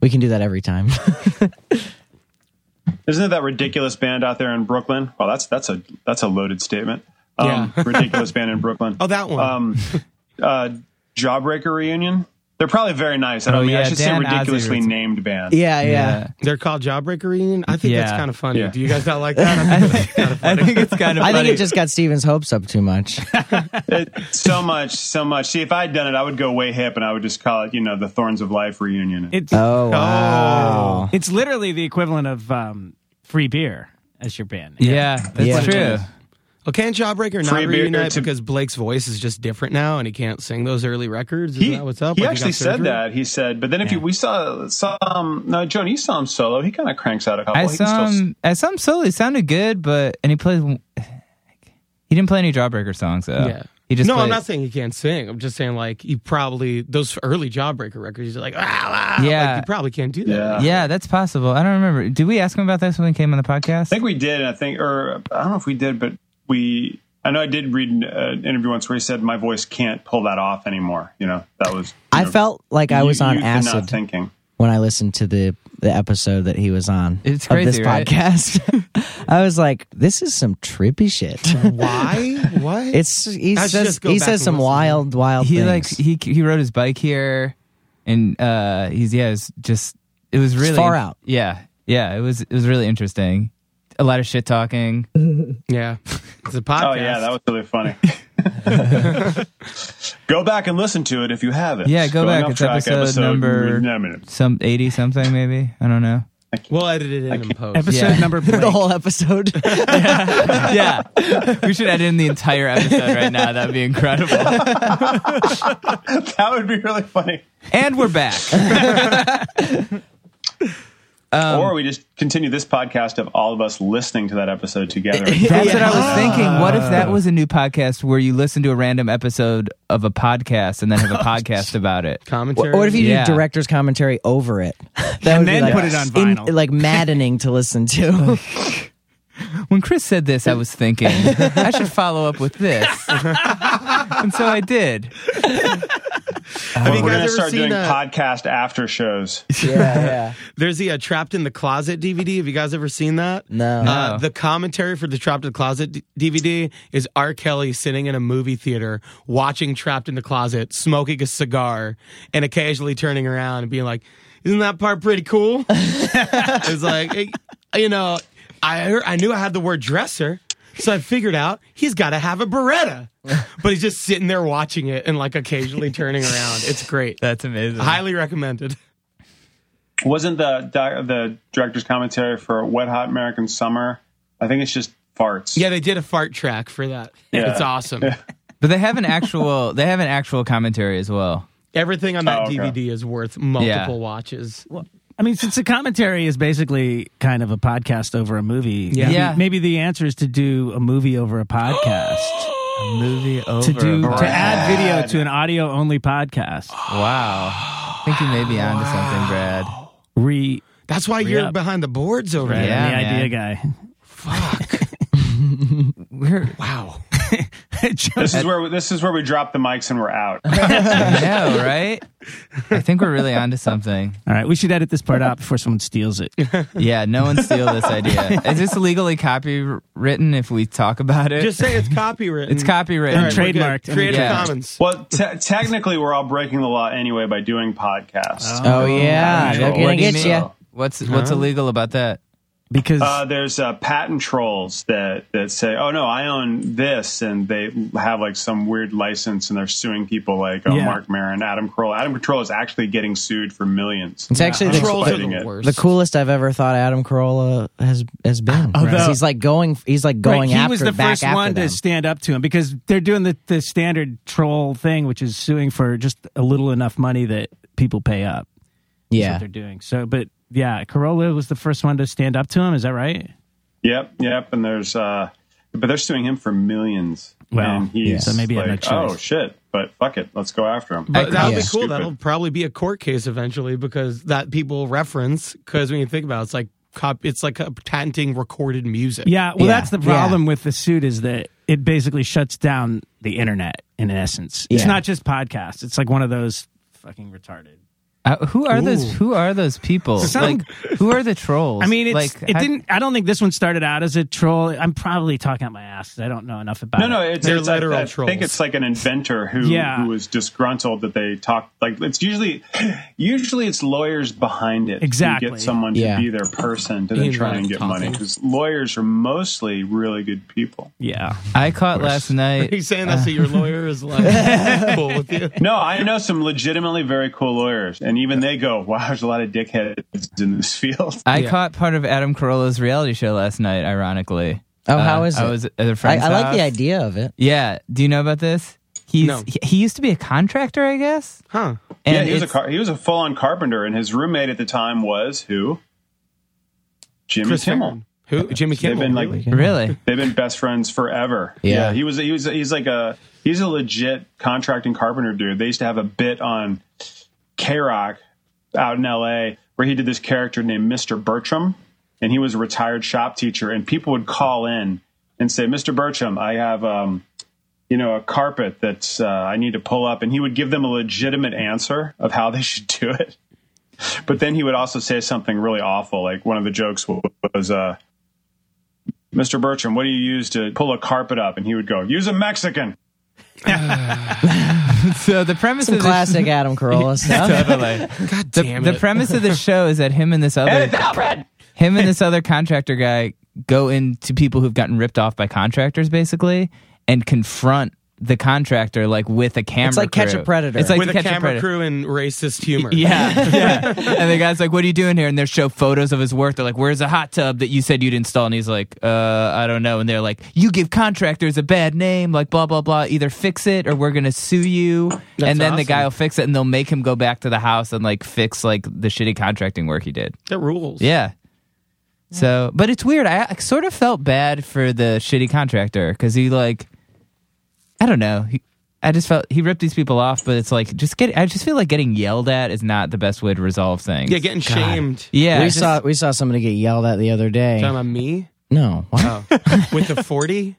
[SPEAKER 4] We can do that every time.
[SPEAKER 3] Isn't it that ridiculous band out there in Brooklyn? Well, that's that's a that's a loaded statement. Um, ridiculous band in Brooklyn.
[SPEAKER 5] Oh, that one.
[SPEAKER 3] Um, uh, Jawbreaker reunion. They're probably very nice. I don't
[SPEAKER 1] Oh,
[SPEAKER 3] mean I
[SPEAKER 1] yeah,
[SPEAKER 3] should
[SPEAKER 1] Dan
[SPEAKER 3] say
[SPEAKER 1] Ozzie
[SPEAKER 3] ridiculously
[SPEAKER 1] was-
[SPEAKER 3] named band.
[SPEAKER 4] yeah, yeah,
[SPEAKER 5] They're called Jawbreaker Reunion. I think that's
[SPEAKER 1] Yeah.
[SPEAKER 5] kind of funny.
[SPEAKER 3] Yeah.
[SPEAKER 5] Do you guys not like that? I think that's kind of
[SPEAKER 1] I
[SPEAKER 5] funny.
[SPEAKER 1] think it's kind of.
[SPEAKER 4] *laughs* I think
[SPEAKER 1] funny.
[SPEAKER 4] it just got Steven's hopes up too much.
[SPEAKER 3] It- so much, so much. See, if I had done it, I would go way hip, and I would just call it, you know, the Thorns of Life reunion.
[SPEAKER 2] It's
[SPEAKER 4] Oh wow!
[SPEAKER 6] Oh.
[SPEAKER 2] it's literally the equivalent of um, free beer as your band.
[SPEAKER 1] Yeah, that's
[SPEAKER 4] Yeah.
[SPEAKER 1] true.
[SPEAKER 5] Well, can't Jawbreaker not
[SPEAKER 3] Free beer
[SPEAKER 5] reunite
[SPEAKER 3] to-
[SPEAKER 5] because Blake's voice is just different now and he can't sing those early records? Is
[SPEAKER 3] he,
[SPEAKER 5] that what's up?
[SPEAKER 3] he
[SPEAKER 5] Like, got
[SPEAKER 3] actually said
[SPEAKER 5] surgery?
[SPEAKER 3] that. He said, but then if you we saw saw um, no, Joan, you saw him solo. He kind of cranks out a couple.
[SPEAKER 1] I
[SPEAKER 3] He can
[SPEAKER 1] saw
[SPEAKER 3] still-
[SPEAKER 1] him. I saw him solo. He sounded good, but and he played. He didn't play any Jawbreaker songs though.
[SPEAKER 5] Yeah.
[SPEAKER 1] He just
[SPEAKER 5] no, I'm
[SPEAKER 1] played-
[SPEAKER 5] not saying he can't sing. I'm just saying like he probably those early Jawbreaker records. He's like, ah, ah,
[SPEAKER 1] Yeah.
[SPEAKER 5] like, you probably can't do
[SPEAKER 3] Yeah.
[SPEAKER 5] that.
[SPEAKER 1] Yeah, that's possible. I don't remember. Did we ask him about this when we came on the podcast?
[SPEAKER 3] I think we did. I think, or I don't know if we did, but we. I know I did read an uh, interview once where he said, "My voice can't pull that off anymore." You know, that was. you
[SPEAKER 4] I
[SPEAKER 3] know,
[SPEAKER 4] felt like I
[SPEAKER 3] you-
[SPEAKER 4] was on
[SPEAKER 3] youth and not
[SPEAKER 4] acid
[SPEAKER 3] Thinking.
[SPEAKER 4] when I listened to the the episode that he was on.
[SPEAKER 1] It's
[SPEAKER 4] of
[SPEAKER 1] crazy,
[SPEAKER 4] this
[SPEAKER 1] right?
[SPEAKER 4] podcast. *laughs* I was like, this is some trippy shit.
[SPEAKER 3] *laughs*
[SPEAKER 5] Why? What?
[SPEAKER 4] It's he
[SPEAKER 5] I should
[SPEAKER 4] says
[SPEAKER 5] just go
[SPEAKER 4] he
[SPEAKER 5] back
[SPEAKER 4] says
[SPEAKER 5] and
[SPEAKER 4] some
[SPEAKER 5] listen.
[SPEAKER 4] wild wild
[SPEAKER 1] he
[SPEAKER 4] things.
[SPEAKER 1] like he he rode his bike here, and uh, he's yeah, it's just it was really
[SPEAKER 4] far out.
[SPEAKER 1] Yeah, yeah, it was it was really interesting. A lot of shit talking.
[SPEAKER 5] yeah. It's a podcast.
[SPEAKER 3] Oh yeah, that was really funny. go back and listen to it if you haven't.
[SPEAKER 1] Yeah, go
[SPEAKER 3] Going
[SPEAKER 1] back.
[SPEAKER 3] off
[SPEAKER 1] It's episode number-
[SPEAKER 3] No, I mean,
[SPEAKER 1] Some eighty something maybe. I don't know.
[SPEAKER 5] we'll edit it in and post.
[SPEAKER 2] Episode
[SPEAKER 1] Yeah.
[SPEAKER 2] number
[SPEAKER 4] the
[SPEAKER 2] Blake.
[SPEAKER 4] whole episode.
[SPEAKER 1] *laughs* yeah, we should edit in the entire episode right now. That'd be incredible.
[SPEAKER 3] *laughs* that would be really funny.
[SPEAKER 1] *laughs* And we're back.
[SPEAKER 3] or we just continue this podcast of all of us listening to that episode together.
[SPEAKER 1] That's what I was thinking. What if that was a new podcast where you listen to a random episode of a podcast and then *laughs* have a podcast about it?
[SPEAKER 5] Commentary.
[SPEAKER 4] or if you
[SPEAKER 1] Yeah.
[SPEAKER 4] do director's commentary over it, *laughs* that would be
[SPEAKER 2] then
[SPEAKER 4] like,
[SPEAKER 2] put it on
[SPEAKER 4] in-
[SPEAKER 2] vinyl.
[SPEAKER 4] like maddening to listen to.
[SPEAKER 1] When Chris said this, I was thinking I should follow up with this, *laughs* and so I did.
[SPEAKER 5] have you
[SPEAKER 3] We're
[SPEAKER 5] guys
[SPEAKER 3] gonna
[SPEAKER 5] ever
[SPEAKER 3] start
[SPEAKER 5] seen
[SPEAKER 3] doing
[SPEAKER 5] uh,
[SPEAKER 3] podcast after shows.
[SPEAKER 4] yeah, yeah.
[SPEAKER 5] There's the uh, Trapped in the Closet DVD. Have you guys ever seen that?
[SPEAKER 4] *laughs* No.
[SPEAKER 5] Uh,
[SPEAKER 1] No.
[SPEAKER 5] The commentary for the Trapped in the Closet d- DVD is R. Kelly sitting in a movie theater watching Trapped in the Closet, smoking a cigar, and occasionally turning around and being like, "Isn't that part pretty cool?" it's like, it- you know, I heard, I knew I had the word dresser. So I figured out he's got to have a Beretta, but he's just sitting there watching it and like occasionally turning around. It's great.
[SPEAKER 1] That's amazing.
[SPEAKER 5] Highly recommended.
[SPEAKER 3] Wasn't the di- the director's commentary for Wet Hot American Summer? I think it's just farts.
[SPEAKER 5] Yeah, they did a fart track for that.
[SPEAKER 3] Yeah.
[SPEAKER 5] It's awesome.
[SPEAKER 1] But they have an actual they have an actual commentary as well.
[SPEAKER 5] Everything on that
[SPEAKER 3] Oh, okay.
[SPEAKER 5] DVD is worth multiple
[SPEAKER 1] Yeah.
[SPEAKER 5] watches.
[SPEAKER 2] I mean, since the commentary is basically kind of a podcast over a movie,
[SPEAKER 5] Yeah.
[SPEAKER 2] maybe,
[SPEAKER 1] Yeah.
[SPEAKER 2] maybe the answer is to do a movie over
[SPEAKER 6] *gasps*
[SPEAKER 2] a podcast.
[SPEAKER 1] movie over
[SPEAKER 2] to do to add video
[SPEAKER 3] Brad.
[SPEAKER 2] to an audio only podcast.
[SPEAKER 1] Wow. I think you may be onto something, Brad.
[SPEAKER 2] Re
[SPEAKER 5] That's why you're
[SPEAKER 2] Yep.
[SPEAKER 5] behind the boards over
[SPEAKER 2] Brad,
[SPEAKER 5] there.
[SPEAKER 1] Yeah,
[SPEAKER 2] the idea
[SPEAKER 1] *laughs* We're
[SPEAKER 5] Wow.
[SPEAKER 2] guy.
[SPEAKER 3] This
[SPEAKER 2] Just-
[SPEAKER 3] is where we, this is where we drop the mics and we're out.
[SPEAKER 1] I know, right? I think we're really onto something.
[SPEAKER 2] All right, we should edit this part out before someone steals it.
[SPEAKER 1] Yeah, no one steal this idea. Is this legally copywritten if we talk about it?
[SPEAKER 5] Just say it's copyrighted.
[SPEAKER 1] it's copywritten.
[SPEAKER 5] All right, we're good.
[SPEAKER 2] trademarked.
[SPEAKER 5] Creative
[SPEAKER 1] Yeah.
[SPEAKER 5] Commons.
[SPEAKER 3] Well, te- technically, we're all breaking the law anyway by doing podcasts.
[SPEAKER 4] Oh, yeah,
[SPEAKER 1] What
[SPEAKER 4] they're
[SPEAKER 1] do
[SPEAKER 4] gonna
[SPEAKER 1] you
[SPEAKER 4] get
[SPEAKER 1] mean?
[SPEAKER 4] you.
[SPEAKER 1] What's what's illegal about that?
[SPEAKER 2] *laughs* Because
[SPEAKER 3] Uh, there's uh, patent trolls that that say, "Oh no, I own this," and they have like some weird license, and they're suing people like uh,
[SPEAKER 2] Yeah.
[SPEAKER 3] Mark Maron, Adam Carolla. Adam Carolla is actually getting sued for millions.
[SPEAKER 4] It's actually the,
[SPEAKER 5] Trolls are
[SPEAKER 3] fighting
[SPEAKER 5] the
[SPEAKER 3] it.
[SPEAKER 5] worst.
[SPEAKER 4] the coolest I've ever thought Adam Carolla has has been.
[SPEAKER 2] although-
[SPEAKER 4] He's like going. He's like
[SPEAKER 2] right,
[SPEAKER 4] going
[SPEAKER 2] he
[SPEAKER 4] after
[SPEAKER 2] was the
[SPEAKER 4] back
[SPEAKER 2] first
[SPEAKER 4] after
[SPEAKER 2] one
[SPEAKER 4] them.
[SPEAKER 2] to stand up to him because they're doing the, the standard troll thing, which is suing for just a little enough money that people pay up. That's what
[SPEAKER 4] yeah,
[SPEAKER 2] they're doing. So, but yeah, Corolla was the first one to stand up to him. Is that right?
[SPEAKER 3] Yep, yep. And there's, uh, but they're suing him for millions.
[SPEAKER 2] Well,
[SPEAKER 3] and he's
[SPEAKER 2] yeah, so maybe I had no
[SPEAKER 3] like,
[SPEAKER 2] choice.
[SPEAKER 3] oh shit, but fuck it, let's go after him.
[SPEAKER 5] But that'll be
[SPEAKER 4] Yeah.
[SPEAKER 5] cool.
[SPEAKER 3] Stupid.
[SPEAKER 5] That'll probably be a court case eventually because that people reference. Because when you think about it, it's like cop, it's like uh, patenting recorded music.
[SPEAKER 2] Yeah. Well,
[SPEAKER 4] Yeah,
[SPEAKER 2] that's the
[SPEAKER 4] yeah.
[SPEAKER 2] problem with the suit is that it basically shuts down the internet in essence. It's
[SPEAKER 4] Yeah.
[SPEAKER 2] not just podcasts. It's like one of those fucking retarded.
[SPEAKER 1] Uh, who are those? Who are those people?
[SPEAKER 2] Some-
[SPEAKER 1] like, who are the trolls?
[SPEAKER 2] I mean, it's,
[SPEAKER 1] like,
[SPEAKER 2] it
[SPEAKER 1] how-
[SPEAKER 2] didn't. I don't think this one started out as a troll. I'm probably talking out my ass. 'cause I don't know enough about.
[SPEAKER 3] No, no,
[SPEAKER 2] It.
[SPEAKER 3] it's,
[SPEAKER 5] They're
[SPEAKER 3] it's I-
[SPEAKER 5] literal
[SPEAKER 3] I,
[SPEAKER 5] trolls.
[SPEAKER 3] think it's like an inventor who
[SPEAKER 2] Yeah.
[SPEAKER 3] who was disgruntled that they talked like it's usually usually it's lawyers behind it. who
[SPEAKER 2] Exactly.
[SPEAKER 3] get someone to
[SPEAKER 4] Yeah.
[SPEAKER 3] be their person to then
[SPEAKER 5] Ian
[SPEAKER 3] try and
[SPEAKER 5] Rand
[SPEAKER 3] get
[SPEAKER 5] Thompson.
[SPEAKER 3] money because lawyers are mostly really good people.
[SPEAKER 2] Yeah.
[SPEAKER 1] I caught last night.
[SPEAKER 5] *laughs* He's saying that
[SPEAKER 3] *laughs*
[SPEAKER 5] so your lawyer is like cool with you.
[SPEAKER 3] No, I know some legitimately very cool lawyers, and even they go, "Wow, there's a lot of dickheads in this field."
[SPEAKER 1] I
[SPEAKER 5] Yeah.
[SPEAKER 1] caught part of Adam Carolla's reality show last night. Ironically, Uh,
[SPEAKER 4] Oh, how is
[SPEAKER 1] I
[SPEAKER 4] it?
[SPEAKER 1] was at a
[SPEAKER 4] I,
[SPEAKER 1] friend's
[SPEAKER 4] I like
[SPEAKER 1] house.
[SPEAKER 4] the idea of it.
[SPEAKER 1] Yeah. Do you know about this? He's
[SPEAKER 5] No.
[SPEAKER 1] he, he used to be a contractor, I guess.
[SPEAKER 5] Huh?
[SPEAKER 1] And
[SPEAKER 3] yeah, he was a
[SPEAKER 1] it's-
[SPEAKER 3] car- he was a full on carpenter, and his roommate at the time was who? Jimmy
[SPEAKER 5] Chris
[SPEAKER 3] Kimmel.
[SPEAKER 5] Farron. Who? Jimmy
[SPEAKER 3] They've
[SPEAKER 5] Kimmel.
[SPEAKER 3] been like
[SPEAKER 5] really?
[SPEAKER 1] *laughs* Really?
[SPEAKER 3] they've been best friends forever.
[SPEAKER 4] Yeah.
[SPEAKER 3] he was he was he's like a he's a legit contracting carpenter dude. They used to have a bit on K Rock out in L.A. where he did this character named Mister Bertram, and he was a retired shop teacher, and people would call in and say, "Mister Bertram, I have." um you know, a carpet that's uh, I need to pull up, and he would give them a legitimate answer of how *laughs* they should do it. But then he would also say something really awful. Like one of the jokes wa- was, uh, "Mr. Bertram, what do you use to pull a carpet up?" And he would go, "Use a Mexican."
[SPEAKER 1] So the premise
[SPEAKER 4] Some
[SPEAKER 1] of the
[SPEAKER 4] classic Adam Carolla stuff.
[SPEAKER 1] totally.
[SPEAKER 5] God
[SPEAKER 1] The,
[SPEAKER 5] damn
[SPEAKER 1] the
[SPEAKER 5] it.
[SPEAKER 1] premise
[SPEAKER 4] *laughs*
[SPEAKER 1] of the show is that him and this other *laughs* him and this other contractor guy go into people who've gotten ripped off by contractors basically and confront the contractor like with a camera.
[SPEAKER 4] like Catch a
[SPEAKER 1] crew.
[SPEAKER 4] Predator.
[SPEAKER 1] It's like
[SPEAKER 5] with a
[SPEAKER 1] Catch
[SPEAKER 5] camera
[SPEAKER 1] Predator.
[SPEAKER 5] crew and racist humor. *laughs*
[SPEAKER 1] Yeah, yeah. and the guy's like, "What are you doing here?" And they show photos of his work. They're like, "Where's the hot tub that you said you'd install?" And he's like, "Uh, I don't know." And they're like, "You give contractors a bad name, like blah blah blah. Either fix it or we're gonna sue you." and then the
[SPEAKER 5] awesome.
[SPEAKER 1] guy will fix it, and they'll make him go back to the house and like fix like the shitty contracting work he did.
[SPEAKER 5] That rules.
[SPEAKER 1] Yeah. So, but it's weird. I, I sort of felt bad for the shitty contractor because he like, I don't know. He, I just felt he ripped these people off, but it's like just get. I just feel like getting yelled at is not the best way to resolve things.
[SPEAKER 5] Yeah, getting shamed.
[SPEAKER 1] yeah.
[SPEAKER 4] we
[SPEAKER 1] just-
[SPEAKER 4] saw we saw somebody get yelled at the other day.
[SPEAKER 5] Talking about me
[SPEAKER 4] No, what? Oh.
[SPEAKER 5] with the forty.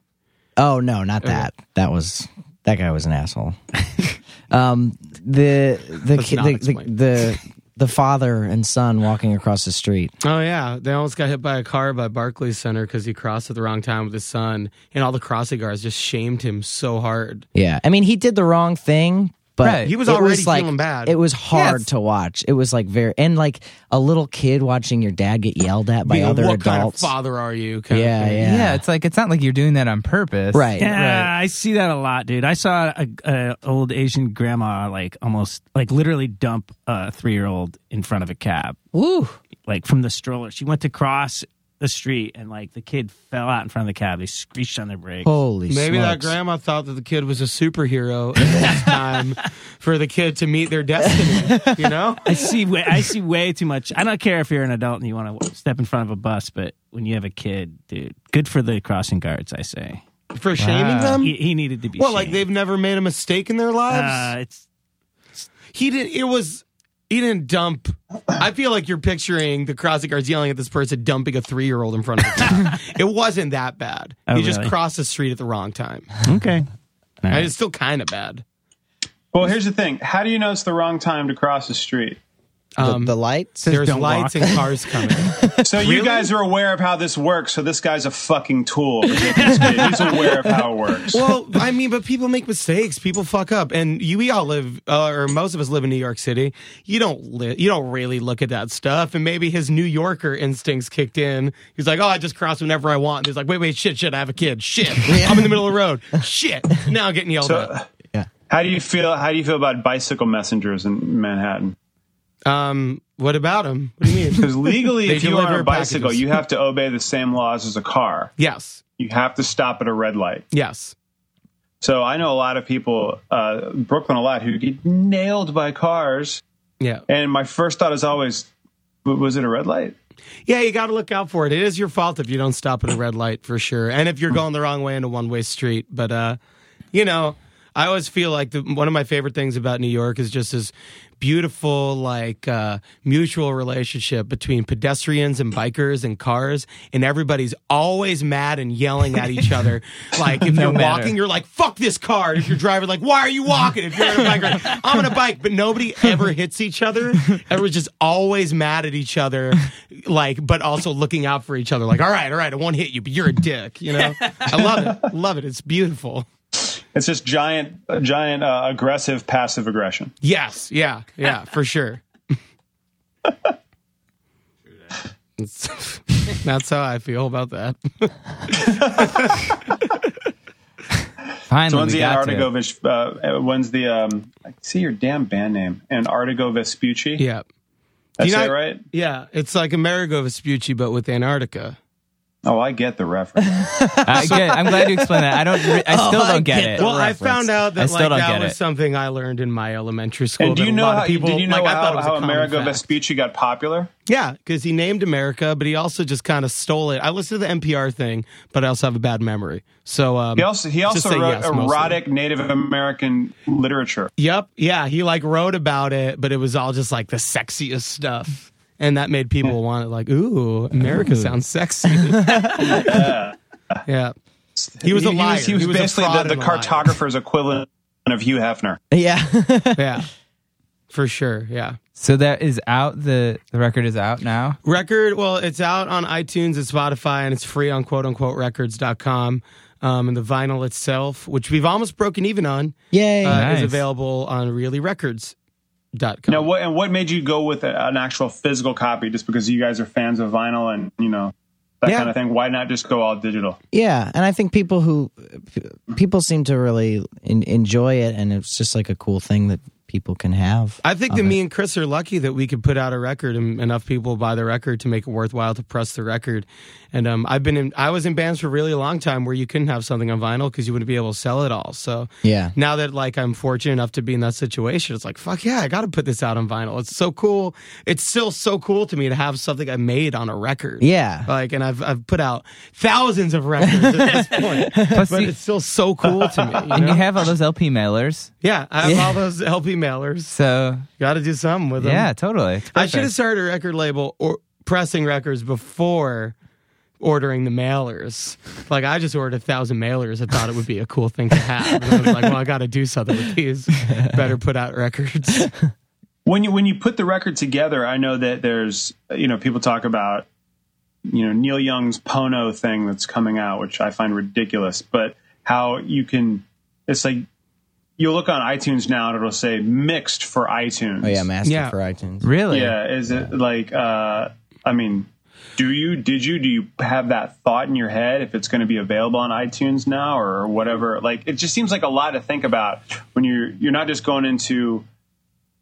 [SPEAKER 4] no, not that. That was that guy was an asshole. um, the the
[SPEAKER 5] Let's
[SPEAKER 4] ki-
[SPEAKER 5] not
[SPEAKER 4] the, the
[SPEAKER 5] explain.
[SPEAKER 4] the the father and son walking across the street.
[SPEAKER 5] *laughs* Oh yeah, they almost got hit by a car by Barclays Center because he crossed at the wrong time with his son, and all the crossing guards just shamed him so hard.
[SPEAKER 4] Yeah, I mean he did the wrong thing, but
[SPEAKER 1] Right.
[SPEAKER 5] He was
[SPEAKER 4] it
[SPEAKER 5] already
[SPEAKER 4] like,
[SPEAKER 5] feeling bad.
[SPEAKER 4] It was hard
[SPEAKER 1] Yes.
[SPEAKER 4] to watch. It was like very and like a little kid watching your dad get yelled at by
[SPEAKER 5] Being,
[SPEAKER 4] other
[SPEAKER 5] what kind of
[SPEAKER 4] adults.
[SPEAKER 5] father are you? kind of
[SPEAKER 4] yeah,
[SPEAKER 5] thing.
[SPEAKER 4] yeah,
[SPEAKER 1] yeah, It's like it's not like you're doing that on purpose,
[SPEAKER 4] right.
[SPEAKER 2] Yeah, I see that a lot, dude. I saw a, a old Asian grandma like almost like literally dump a three year old in front of a cab,
[SPEAKER 4] Woo.
[SPEAKER 2] like from the stroller. She went to cross the street and like the kid fell out in front of the cab. They screeched on their brakes.
[SPEAKER 4] Holy
[SPEAKER 5] Maybe that
[SPEAKER 4] smokes.
[SPEAKER 5] grandma thought that the kid was a superhero. And
[SPEAKER 4] *laughs*
[SPEAKER 5] it was time for the kid to meet their destiny.
[SPEAKER 4] *laughs*
[SPEAKER 5] You know,
[SPEAKER 2] I see. Way, I see way too much. I don't care if you're an adult and you want to step in front of a bus, but when you have a kid, dude, good for the crossing guards. I say
[SPEAKER 5] for shaming them.
[SPEAKER 2] he, he needed to be.
[SPEAKER 5] Um, Well, like
[SPEAKER 2] shamed.
[SPEAKER 5] they've never made a mistake in their lives.
[SPEAKER 2] Uh, it's
[SPEAKER 1] *laughs*
[SPEAKER 5] he didn't. It was. He didn't dump. I feel like you're picturing the crossing guards yelling at this person dumping a three year old in front of them.
[SPEAKER 2] *laughs*
[SPEAKER 5] it wasn't that bad.
[SPEAKER 2] Oh,
[SPEAKER 5] he just
[SPEAKER 2] really?
[SPEAKER 5] crossed the street at the wrong time.
[SPEAKER 2] okay. All
[SPEAKER 5] And
[SPEAKER 2] right.
[SPEAKER 5] It's still kind of bad.
[SPEAKER 3] Well, here's the thing. How do you know it's the wrong time to cross the street?
[SPEAKER 5] Um,
[SPEAKER 4] the, the lights.
[SPEAKER 5] there's
[SPEAKER 2] don't
[SPEAKER 5] lights
[SPEAKER 2] walk.
[SPEAKER 5] and cars coming.
[SPEAKER 2] *laughs*
[SPEAKER 3] So you guys are aware of how this works. So this guy's a fucking tool. *laughs* for goodness sake. He's aware of how it works.
[SPEAKER 5] well, I mean, but people make mistakes. People fuck up, and you we all live, uh, or most of us live in New York City. You don't li- you don't really look at that stuff, and maybe his New Yorker instincts kicked in. He's like, "Oh, I just cross whenever I want." And he's like, "Wait, wait, shit, shit, I have a kid. Shit, I'm in the middle of the road. Shit, now I'm getting yelled
[SPEAKER 3] So, uh, how do you feel? How do you feel about bicycle messengers in Manhattan?
[SPEAKER 5] at." Um, what about him? What do
[SPEAKER 3] *laughs*
[SPEAKER 5] you mean?
[SPEAKER 3] Because legally,
[SPEAKER 5] *laughs* They
[SPEAKER 3] if you are
[SPEAKER 5] deliver
[SPEAKER 3] a bicycle,
[SPEAKER 5] packages.
[SPEAKER 3] you have to obey the same laws as a car.
[SPEAKER 5] yes,
[SPEAKER 3] You have to stop at a red light.
[SPEAKER 5] yes.
[SPEAKER 3] So I know a lot of people, uh, Brooklyn, a lot who get nailed by cars.
[SPEAKER 5] Yeah,
[SPEAKER 3] And my first thought is always, "W- was it a red light?
[SPEAKER 5] yeah. You got to look out for it. It is your fault if you don't stop at a red light for sure, and if you're going the wrong way in a one way street. But uh, you know, I always feel like the, one of my favorite things about New York is just this beautiful, like, uh, mutual relationship between pedestrians and bikers and cars, and everybody's always mad and yelling at each other. Like, if you're
[SPEAKER 1] matter.
[SPEAKER 5] walking, you're like, fuck this car. And If you're driving, like, why are you walking? If you're on a bike, you're like, I'm on a bike, but nobody ever hits each other. Everyone's just always mad at each other, like, but also looking out for each other, like, all right, all right, I won't hit you, but you're a dick, you know? I love it. Love it. It's beautiful.
[SPEAKER 3] It's just giant, giant uh, aggressive passive aggression.
[SPEAKER 5] Yes, yeah,
[SPEAKER 1] *laughs*
[SPEAKER 5] yeah, for sure. *laughs* It's- That's how I feel about that.
[SPEAKER 1] Finally,
[SPEAKER 3] So when's
[SPEAKER 1] we
[SPEAKER 3] the
[SPEAKER 1] got to it.
[SPEAKER 3] Artigovich? Uh, when's the um, I see your damn band name? And Artigo Vespucci.
[SPEAKER 5] Yeah,
[SPEAKER 3] that's
[SPEAKER 5] You know,
[SPEAKER 3] it, right?
[SPEAKER 5] yeah, it's like Amerigo Vespucci, but with Antarctica.
[SPEAKER 3] Oh, I get the
[SPEAKER 5] *laughs*
[SPEAKER 3] reference.
[SPEAKER 1] I get, I'm glad you explained that. I don't. re- *laughs* Oh, I still don't get, it.
[SPEAKER 5] Well, I found out
[SPEAKER 1] I
[SPEAKER 5] that
[SPEAKER 1] still
[SPEAKER 5] like
[SPEAKER 1] don't
[SPEAKER 5] that
[SPEAKER 1] get
[SPEAKER 5] was
[SPEAKER 1] it.
[SPEAKER 5] something I learned in my elementary school.
[SPEAKER 3] and do
[SPEAKER 5] that
[SPEAKER 3] you
[SPEAKER 5] a
[SPEAKER 3] know
[SPEAKER 5] lot of
[SPEAKER 3] how?
[SPEAKER 5] people,
[SPEAKER 3] did you know
[SPEAKER 5] like, I
[SPEAKER 3] how,
[SPEAKER 5] thought it was
[SPEAKER 3] how
[SPEAKER 5] a common
[SPEAKER 3] Amerigo
[SPEAKER 5] fact.
[SPEAKER 3] Vespucci got popular?
[SPEAKER 5] Yeah, because he named America, but he also just kind of stole it. I listened to the NPR thing, but I also have a bad memory. So um,
[SPEAKER 3] He also he
[SPEAKER 5] just
[SPEAKER 3] also
[SPEAKER 5] say
[SPEAKER 3] wrote
[SPEAKER 5] yes, mostly.
[SPEAKER 3] erotic Native American literature.
[SPEAKER 5] Yep. Yeah. He like wrote about it, but it was all just like the sexiest stuff. And that made people want it like, ooh, America sounds sexy. *laughs* yeah. He was a liar.
[SPEAKER 3] He was,
[SPEAKER 5] He was a
[SPEAKER 3] basically
[SPEAKER 5] fraud
[SPEAKER 3] the,
[SPEAKER 5] and
[SPEAKER 3] the
[SPEAKER 5] a liar.
[SPEAKER 3] cartographer's equivalent of Hugh Hefner.
[SPEAKER 4] *laughs* Yeah. *laughs*
[SPEAKER 5] Yeah. For sure. Yeah.
[SPEAKER 1] So that is out. The the record is out now.
[SPEAKER 5] Record, well, it's out on iTunes and Spotify, and it's free on quote unquote records.com. Um, and the vinyl itself, which we've almost broken even on,
[SPEAKER 4] Yay.
[SPEAKER 5] uh,
[SPEAKER 1] Nice.
[SPEAKER 5] is available on reallyrecords.com.
[SPEAKER 3] Now, what and what made you go with a, an actual physical copy? Just because you guys are fans of vinyl and you know that
[SPEAKER 5] Yeah.
[SPEAKER 3] kind of thing. Why not just go all digital?
[SPEAKER 4] Yeah, and I think people who people seem to really en enjoy it, and it's just like a cool thing that people can have.
[SPEAKER 5] I think that me and Chris are lucky that we could put out a record and enough people buy the record to make it worthwhile to press the record. And um, I've been in, I was in bands for a really long time where you couldn't have something on vinyl because you wouldn't be able to sell it all. So
[SPEAKER 4] Yeah.
[SPEAKER 5] now that like I'm fortunate enough to be in that situation, it's like fuck yeah, I got to put this out on vinyl. It's so cool. It's still so cool to me to have something I made on a record.
[SPEAKER 4] Yeah.
[SPEAKER 5] Like, and I've I've put out thousands of records at this point,
[SPEAKER 1] Plus,
[SPEAKER 5] *laughs* but
[SPEAKER 1] you,
[SPEAKER 5] it's still so cool to me. you
[SPEAKER 1] and *laughs* you
[SPEAKER 5] know?
[SPEAKER 1] have all those LP mailers.
[SPEAKER 5] yeah, I have all those LP mailers.
[SPEAKER 1] So
[SPEAKER 5] Got to do something with them.
[SPEAKER 1] yeah, totally. It's
[SPEAKER 5] I should have
[SPEAKER 1] perfect.
[SPEAKER 5] started a record label or pressing records before ordering the mailers. Like I just ordered a thousand mailers. I thought it would be a cool thing to have. And I was like, well, I got to do something with these. Better put out records.
[SPEAKER 3] When you when you put the record together, I know that there's you know people talk about you know Neil Young's Pono thing that's coming out, which I find ridiculous. But how you can, it's like you look on iTunes now and it'll say mixed for iTunes.
[SPEAKER 4] Oh yeah, master
[SPEAKER 5] Yeah.
[SPEAKER 4] for iTunes.
[SPEAKER 1] really.
[SPEAKER 3] Yeah, is it like uh I mean, do you did you do you have that thought in your head if it's going to be available on iTunes now or whatever? Like it just seems like a lot to think about when you're you're not just going into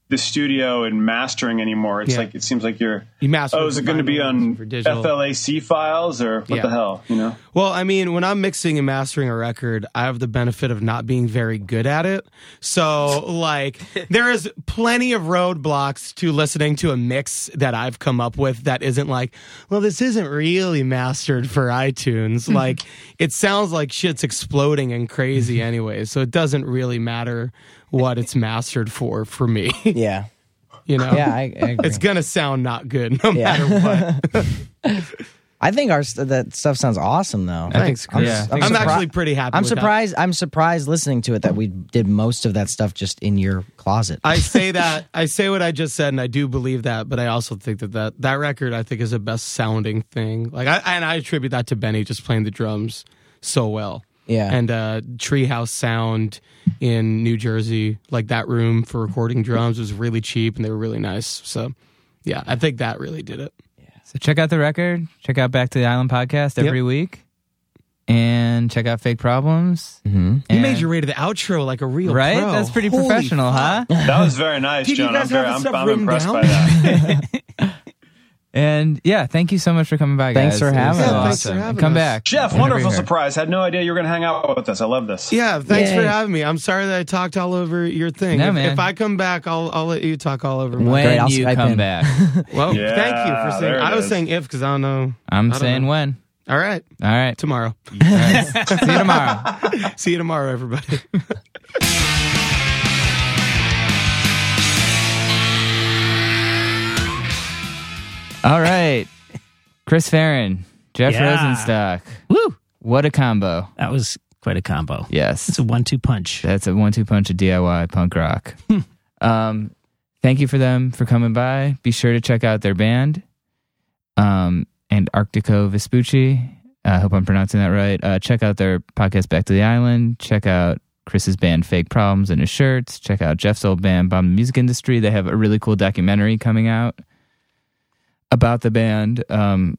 [SPEAKER 3] the studio and mastering anymore. It's
[SPEAKER 5] Yeah.
[SPEAKER 3] like it seems like you're.
[SPEAKER 5] You master
[SPEAKER 3] Oh, is
[SPEAKER 5] for
[SPEAKER 3] it going to be
[SPEAKER 5] vinyl,
[SPEAKER 3] on
[SPEAKER 5] for digital.
[SPEAKER 3] FLAC files or what
[SPEAKER 5] Yeah.
[SPEAKER 3] the hell? You
[SPEAKER 5] *laughs*
[SPEAKER 3] know,
[SPEAKER 5] Well, I mean, when I'm mixing and mastering a record, I have the benefit of not being very good at it. So, like, there is plenty of roadblocks to listening to a mix that I've come up with that isn't like, well, this isn't really mastered for iTunes. like, it sounds like shit's exploding and crazy anyway. So, it doesn't really matter what it's mastered for for me. *laughs*
[SPEAKER 4] Yeah.
[SPEAKER 5] you know?
[SPEAKER 4] Yeah, I, I
[SPEAKER 5] *laughs*
[SPEAKER 4] agree.
[SPEAKER 5] It's going to sound not good no
[SPEAKER 4] Yeah.
[SPEAKER 5] matter
[SPEAKER 4] *laughs*
[SPEAKER 5] what.
[SPEAKER 4] I think our st- that stuff sounds awesome though.
[SPEAKER 1] I think
[SPEAKER 4] I'm,
[SPEAKER 1] yeah, I
[SPEAKER 4] I'm
[SPEAKER 1] think
[SPEAKER 5] I'm
[SPEAKER 4] surpri-
[SPEAKER 5] actually pretty happy
[SPEAKER 4] I'm
[SPEAKER 5] with that.
[SPEAKER 4] surprised. I'm surprised listening to it that we did most of that stuff just in your closet.
[SPEAKER 5] I say that I say what I just said, and I do believe that. But I also think that that, that record I think is the best sounding thing. Like I and I attribute that to Benny just playing the drums so well.
[SPEAKER 4] Yeah.
[SPEAKER 5] and uh, Treehouse Sound in New Jersey, like that room for recording drums was really cheap and they were really nice. So yeah, I think that really did it.
[SPEAKER 1] So check out the record. Check out Back to the Island podcast every week, and check out Fake Problems. Mm-hmm.
[SPEAKER 5] You made your way to the outro like a real
[SPEAKER 1] right.
[SPEAKER 5] pro.
[SPEAKER 1] That's pretty
[SPEAKER 5] Holy
[SPEAKER 1] professional,
[SPEAKER 5] fuck.
[SPEAKER 1] huh?
[SPEAKER 3] that was very nice,
[SPEAKER 5] Did you
[SPEAKER 3] John. I'm,
[SPEAKER 5] guys
[SPEAKER 3] very,
[SPEAKER 5] have this
[SPEAKER 3] I'm,
[SPEAKER 5] stuff
[SPEAKER 3] I'm
[SPEAKER 5] written
[SPEAKER 3] impressed
[SPEAKER 5] down?
[SPEAKER 3] by that.
[SPEAKER 1] And yeah, thank you so much for coming by, guys.
[SPEAKER 4] Thanks
[SPEAKER 1] It
[SPEAKER 4] for
[SPEAKER 1] was
[SPEAKER 4] having
[SPEAKER 1] so
[SPEAKER 4] us. Yeah,
[SPEAKER 5] thanks for
[SPEAKER 1] awesome. And
[SPEAKER 5] having
[SPEAKER 1] Come
[SPEAKER 5] us.
[SPEAKER 1] back,
[SPEAKER 5] *laughs*
[SPEAKER 3] Jeff,
[SPEAKER 1] whenever
[SPEAKER 3] wonderful
[SPEAKER 1] you're-
[SPEAKER 3] surprise. Had no idea you were going to hang out with us. I love this.
[SPEAKER 5] Yeah, thanks for
[SPEAKER 4] Yay.
[SPEAKER 5] having me. I'm sorry that I talked all over your thing.
[SPEAKER 1] No,
[SPEAKER 5] if,
[SPEAKER 1] man.
[SPEAKER 5] if I come back, I'll I'll let you talk all over. my
[SPEAKER 1] When
[SPEAKER 4] Great, I'll
[SPEAKER 1] you
[SPEAKER 4] Skype
[SPEAKER 1] come
[SPEAKER 4] in.
[SPEAKER 5] *laughs*
[SPEAKER 1] back,
[SPEAKER 5] Well,
[SPEAKER 3] Yeah,
[SPEAKER 5] thank you for saying.
[SPEAKER 3] there it
[SPEAKER 5] I was
[SPEAKER 3] is.
[SPEAKER 5] saying if because I don't know.
[SPEAKER 1] I'm
[SPEAKER 5] I don't
[SPEAKER 1] saying
[SPEAKER 5] know.
[SPEAKER 1] when.
[SPEAKER 5] All right,
[SPEAKER 1] All right.
[SPEAKER 5] tomorrow. *laughs*
[SPEAKER 1] See you tomorrow.
[SPEAKER 5] See you tomorrow, everybody.
[SPEAKER 1] All right. Chris Farron, Jeff
[SPEAKER 2] Yeah.
[SPEAKER 1] Rosenstock. Woo! What a combo.
[SPEAKER 2] That was quite a combo. It's
[SPEAKER 1] Yes.
[SPEAKER 2] a one-two punch.
[SPEAKER 1] That's a one two punch of DIY punk rock. um, thank you for them for coming by. Be sure to check out their band um, and Arctico Vespucci. I hope I'm pronouncing that right. Uh, check out their podcast, Back to the Island. Check out Chris's band, Fake Problems, and his shirts. Check out Jeff's old band, Bomb the Music Industry. They have a really cool documentary coming out about the band, um,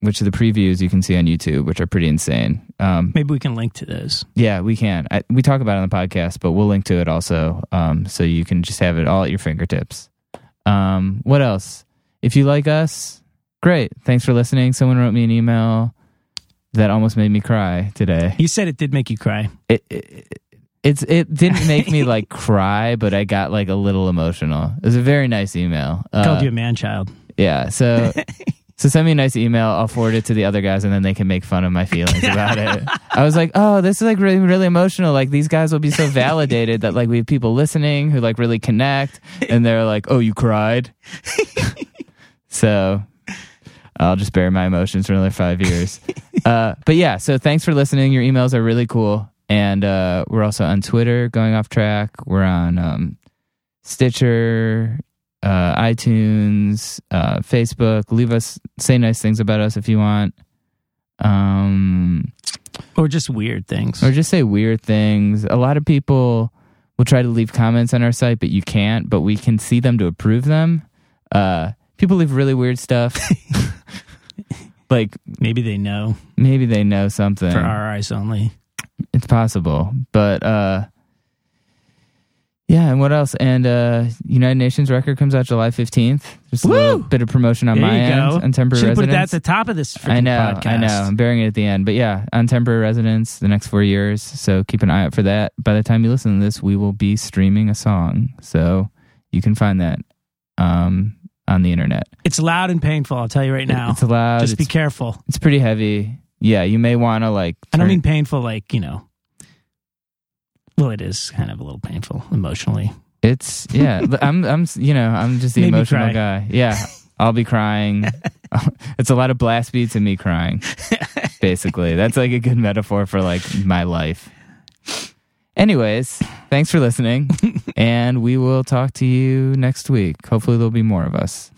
[SPEAKER 1] which the previews you can see on YouTube, which are pretty insane. Um,
[SPEAKER 2] Maybe we can link to those.
[SPEAKER 1] yeah, we can. I, we talk about it on the podcast, but we'll link to it also, um, so you can just have it all at your fingertips. Um, what else? If you like us, great. Thanks for listening. Someone wrote me an email that almost made me cry today.
[SPEAKER 2] You said it did make you cry.
[SPEAKER 1] It, it, it's it didn't make me like cry, but I got like a little emotional. It was a very nice email. Uh,
[SPEAKER 2] Called you a man child.
[SPEAKER 1] yeah. So so send me a nice email. I'll forward it to the other guys, and then they can make fun of my feelings about it. I was like, oh, this is like really really emotional. Like these guys will be so validated that like we have people listening who like really connect, and they're like, oh, you cried. so I'll just bury my emotions for another five years. uh, but yeah, so thanks for listening. Your emails are really cool. And uh, we're also on Twitter, going off track. We're on um, Stitcher, uh, iTunes, uh, Facebook. Leave us, say nice things about us if you want. Um,
[SPEAKER 2] Or just weird things.
[SPEAKER 1] or just say weird things. A lot of people will try to leave comments on our site, but you can't, but we can see them to approve them. Uh, people leave really weird stuff.
[SPEAKER 2] *laughs*
[SPEAKER 1] like
[SPEAKER 2] Maybe they know
[SPEAKER 1] maybe they know something.
[SPEAKER 2] for our eyes only.
[SPEAKER 1] It's possible, but uh, yeah. And what else? And uh, United Nations record comes out July fifteenth. Just a little
[SPEAKER 2] Woo!
[SPEAKER 1] bit of promotion on
[SPEAKER 2] there
[SPEAKER 1] my
[SPEAKER 2] you
[SPEAKER 1] end
[SPEAKER 2] go.
[SPEAKER 1] on temporary
[SPEAKER 2] Should have put that at
[SPEAKER 1] residence.
[SPEAKER 2] the top of this freaking
[SPEAKER 1] I know,
[SPEAKER 2] podcast.
[SPEAKER 1] I know. I'm burying it at the end, but yeah, on temporary residence the next four years. So keep an eye out for that. By the time you listen to this, we will be streaming a song, so you can find that um, on the internet.
[SPEAKER 2] It's loud and painful, I'll tell you right now.
[SPEAKER 1] It's loud.
[SPEAKER 2] just be
[SPEAKER 1] it's,
[SPEAKER 2] careful.
[SPEAKER 1] it's pretty heavy. Yeah, you may want to like.
[SPEAKER 2] I don't
[SPEAKER 1] turn-
[SPEAKER 2] mean painful like, you know. Well, it is kind of a little painful emotionally.
[SPEAKER 1] It's
[SPEAKER 2] *laughs*
[SPEAKER 1] yeah. l- I'm I'm you know I'm just the
[SPEAKER 2] Made me
[SPEAKER 1] emotional
[SPEAKER 2] cry.
[SPEAKER 1] guy. Yeah, I'll be
[SPEAKER 2] *laughs*
[SPEAKER 1] crying. it's a lot of blast beats and me crying. Basically, that's like a good metaphor for like my life. Anyways, thanks for
[SPEAKER 2] *laughs*
[SPEAKER 1] listening, and we will talk to you next week. Hopefully, there'll be more of us.